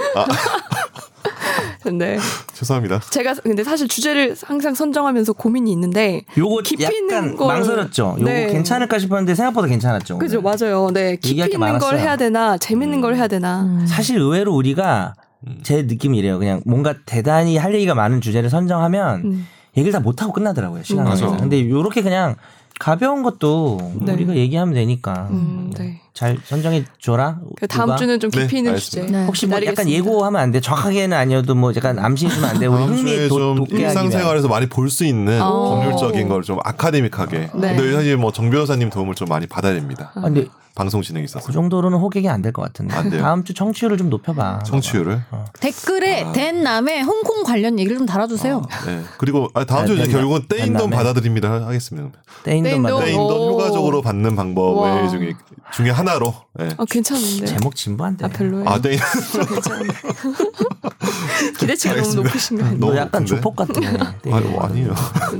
네.
*laughs* 죄송합니다.
제가 근데 사실 주제를 항상 선정하면서 고민이 있는데
요거
깊이
약간
있는 걸-
망설였죠. 요거
네.
괜찮을까 싶었는데 생각보다 괜찮았죠. 오늘.
그죠 맞아요. 네 깊이
얘기할 게
있는 걸
많았어요. 음.
해야 되나 재밌는 걸 해야 되나.
사실 의외로 우리가
음.
제 느낌이 이래요. 그냥 뭔가 대단히 할 얘기가 많은 주제를 선정하면
음.
얘기를 다 못하고 끝나더라고요. 시간
음.
가
맞아.
근데 요렇게 그냥 가벼운 것도
네.
우리가 얘기하면 되니까
음, 네.
잘 선정해 줘라.
그 다음
누가?
주는 좀 깊이
네,
있는
알겠습니다.
주제.
네.
혹시 뭐 약간
기다리겠습니다.
예고하면 안 돼. 정확하게는 아니어도 뭐 약간 암시해주면 안 돼. 우리
다음 주에
흥미 도-
아, 좀
돋게 하기 위한.
일상생활에서 많이 볼 수 있는
오.
법률적인 걸 좀 아카데믹하게.
어. 네.
근데 사실 뭐정 변호사님 도움을 좀 많이 받아야 됩니다.
아, 근데
방송 진행에 있어서.
그 정도로는 호객이 안 될 것 같은데.
안 돼요?
다음 주 청취율을 좀 높여봐.
청취율을.
아.
댓글에
아.
된 남의 홍콩 관련 얘기를 좀 달아주세요.
어.
네. 그리고 아, 다음
아,
주에 이제
됐나?
결국은 떼인 돈
됐나네.
받아드립니다 하겠습니다.
떼인도 뭐
떼인도.
만나.
떼인 돈
어. 오.
효과적으로 받는
와.
방법 중에 중에 하나로. 네.
아 괜찮은데.
제목 진부한데.
아 별로예요.
아 떼인
괜찮은데. 기대치가 너무
알겠습니다.
높으신 거 아니에요?
너
너무
약간
높은데?
조폭 같은.
아니 뭐 아니에요.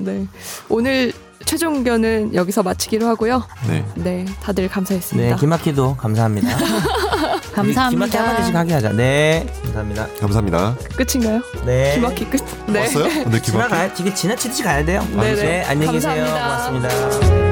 네. 오늘 최종 의견은 여기서 마치기로 하고요.
네.
네, 다들 감사했습니다.
네,
*laughs*
김학기도 감사합니다. 김학기
감사합니다.
한마디씩 하게 하자. 네, 감사합니다.
감사합니다.
끝인가요?
네.
기막히 끝. 네.
왔어요? 근데 기막히
지나가야 지금 지나치듯이 가야 돼요.
네네.
안녕히 계세요.
감사합니다.
고맙습니다.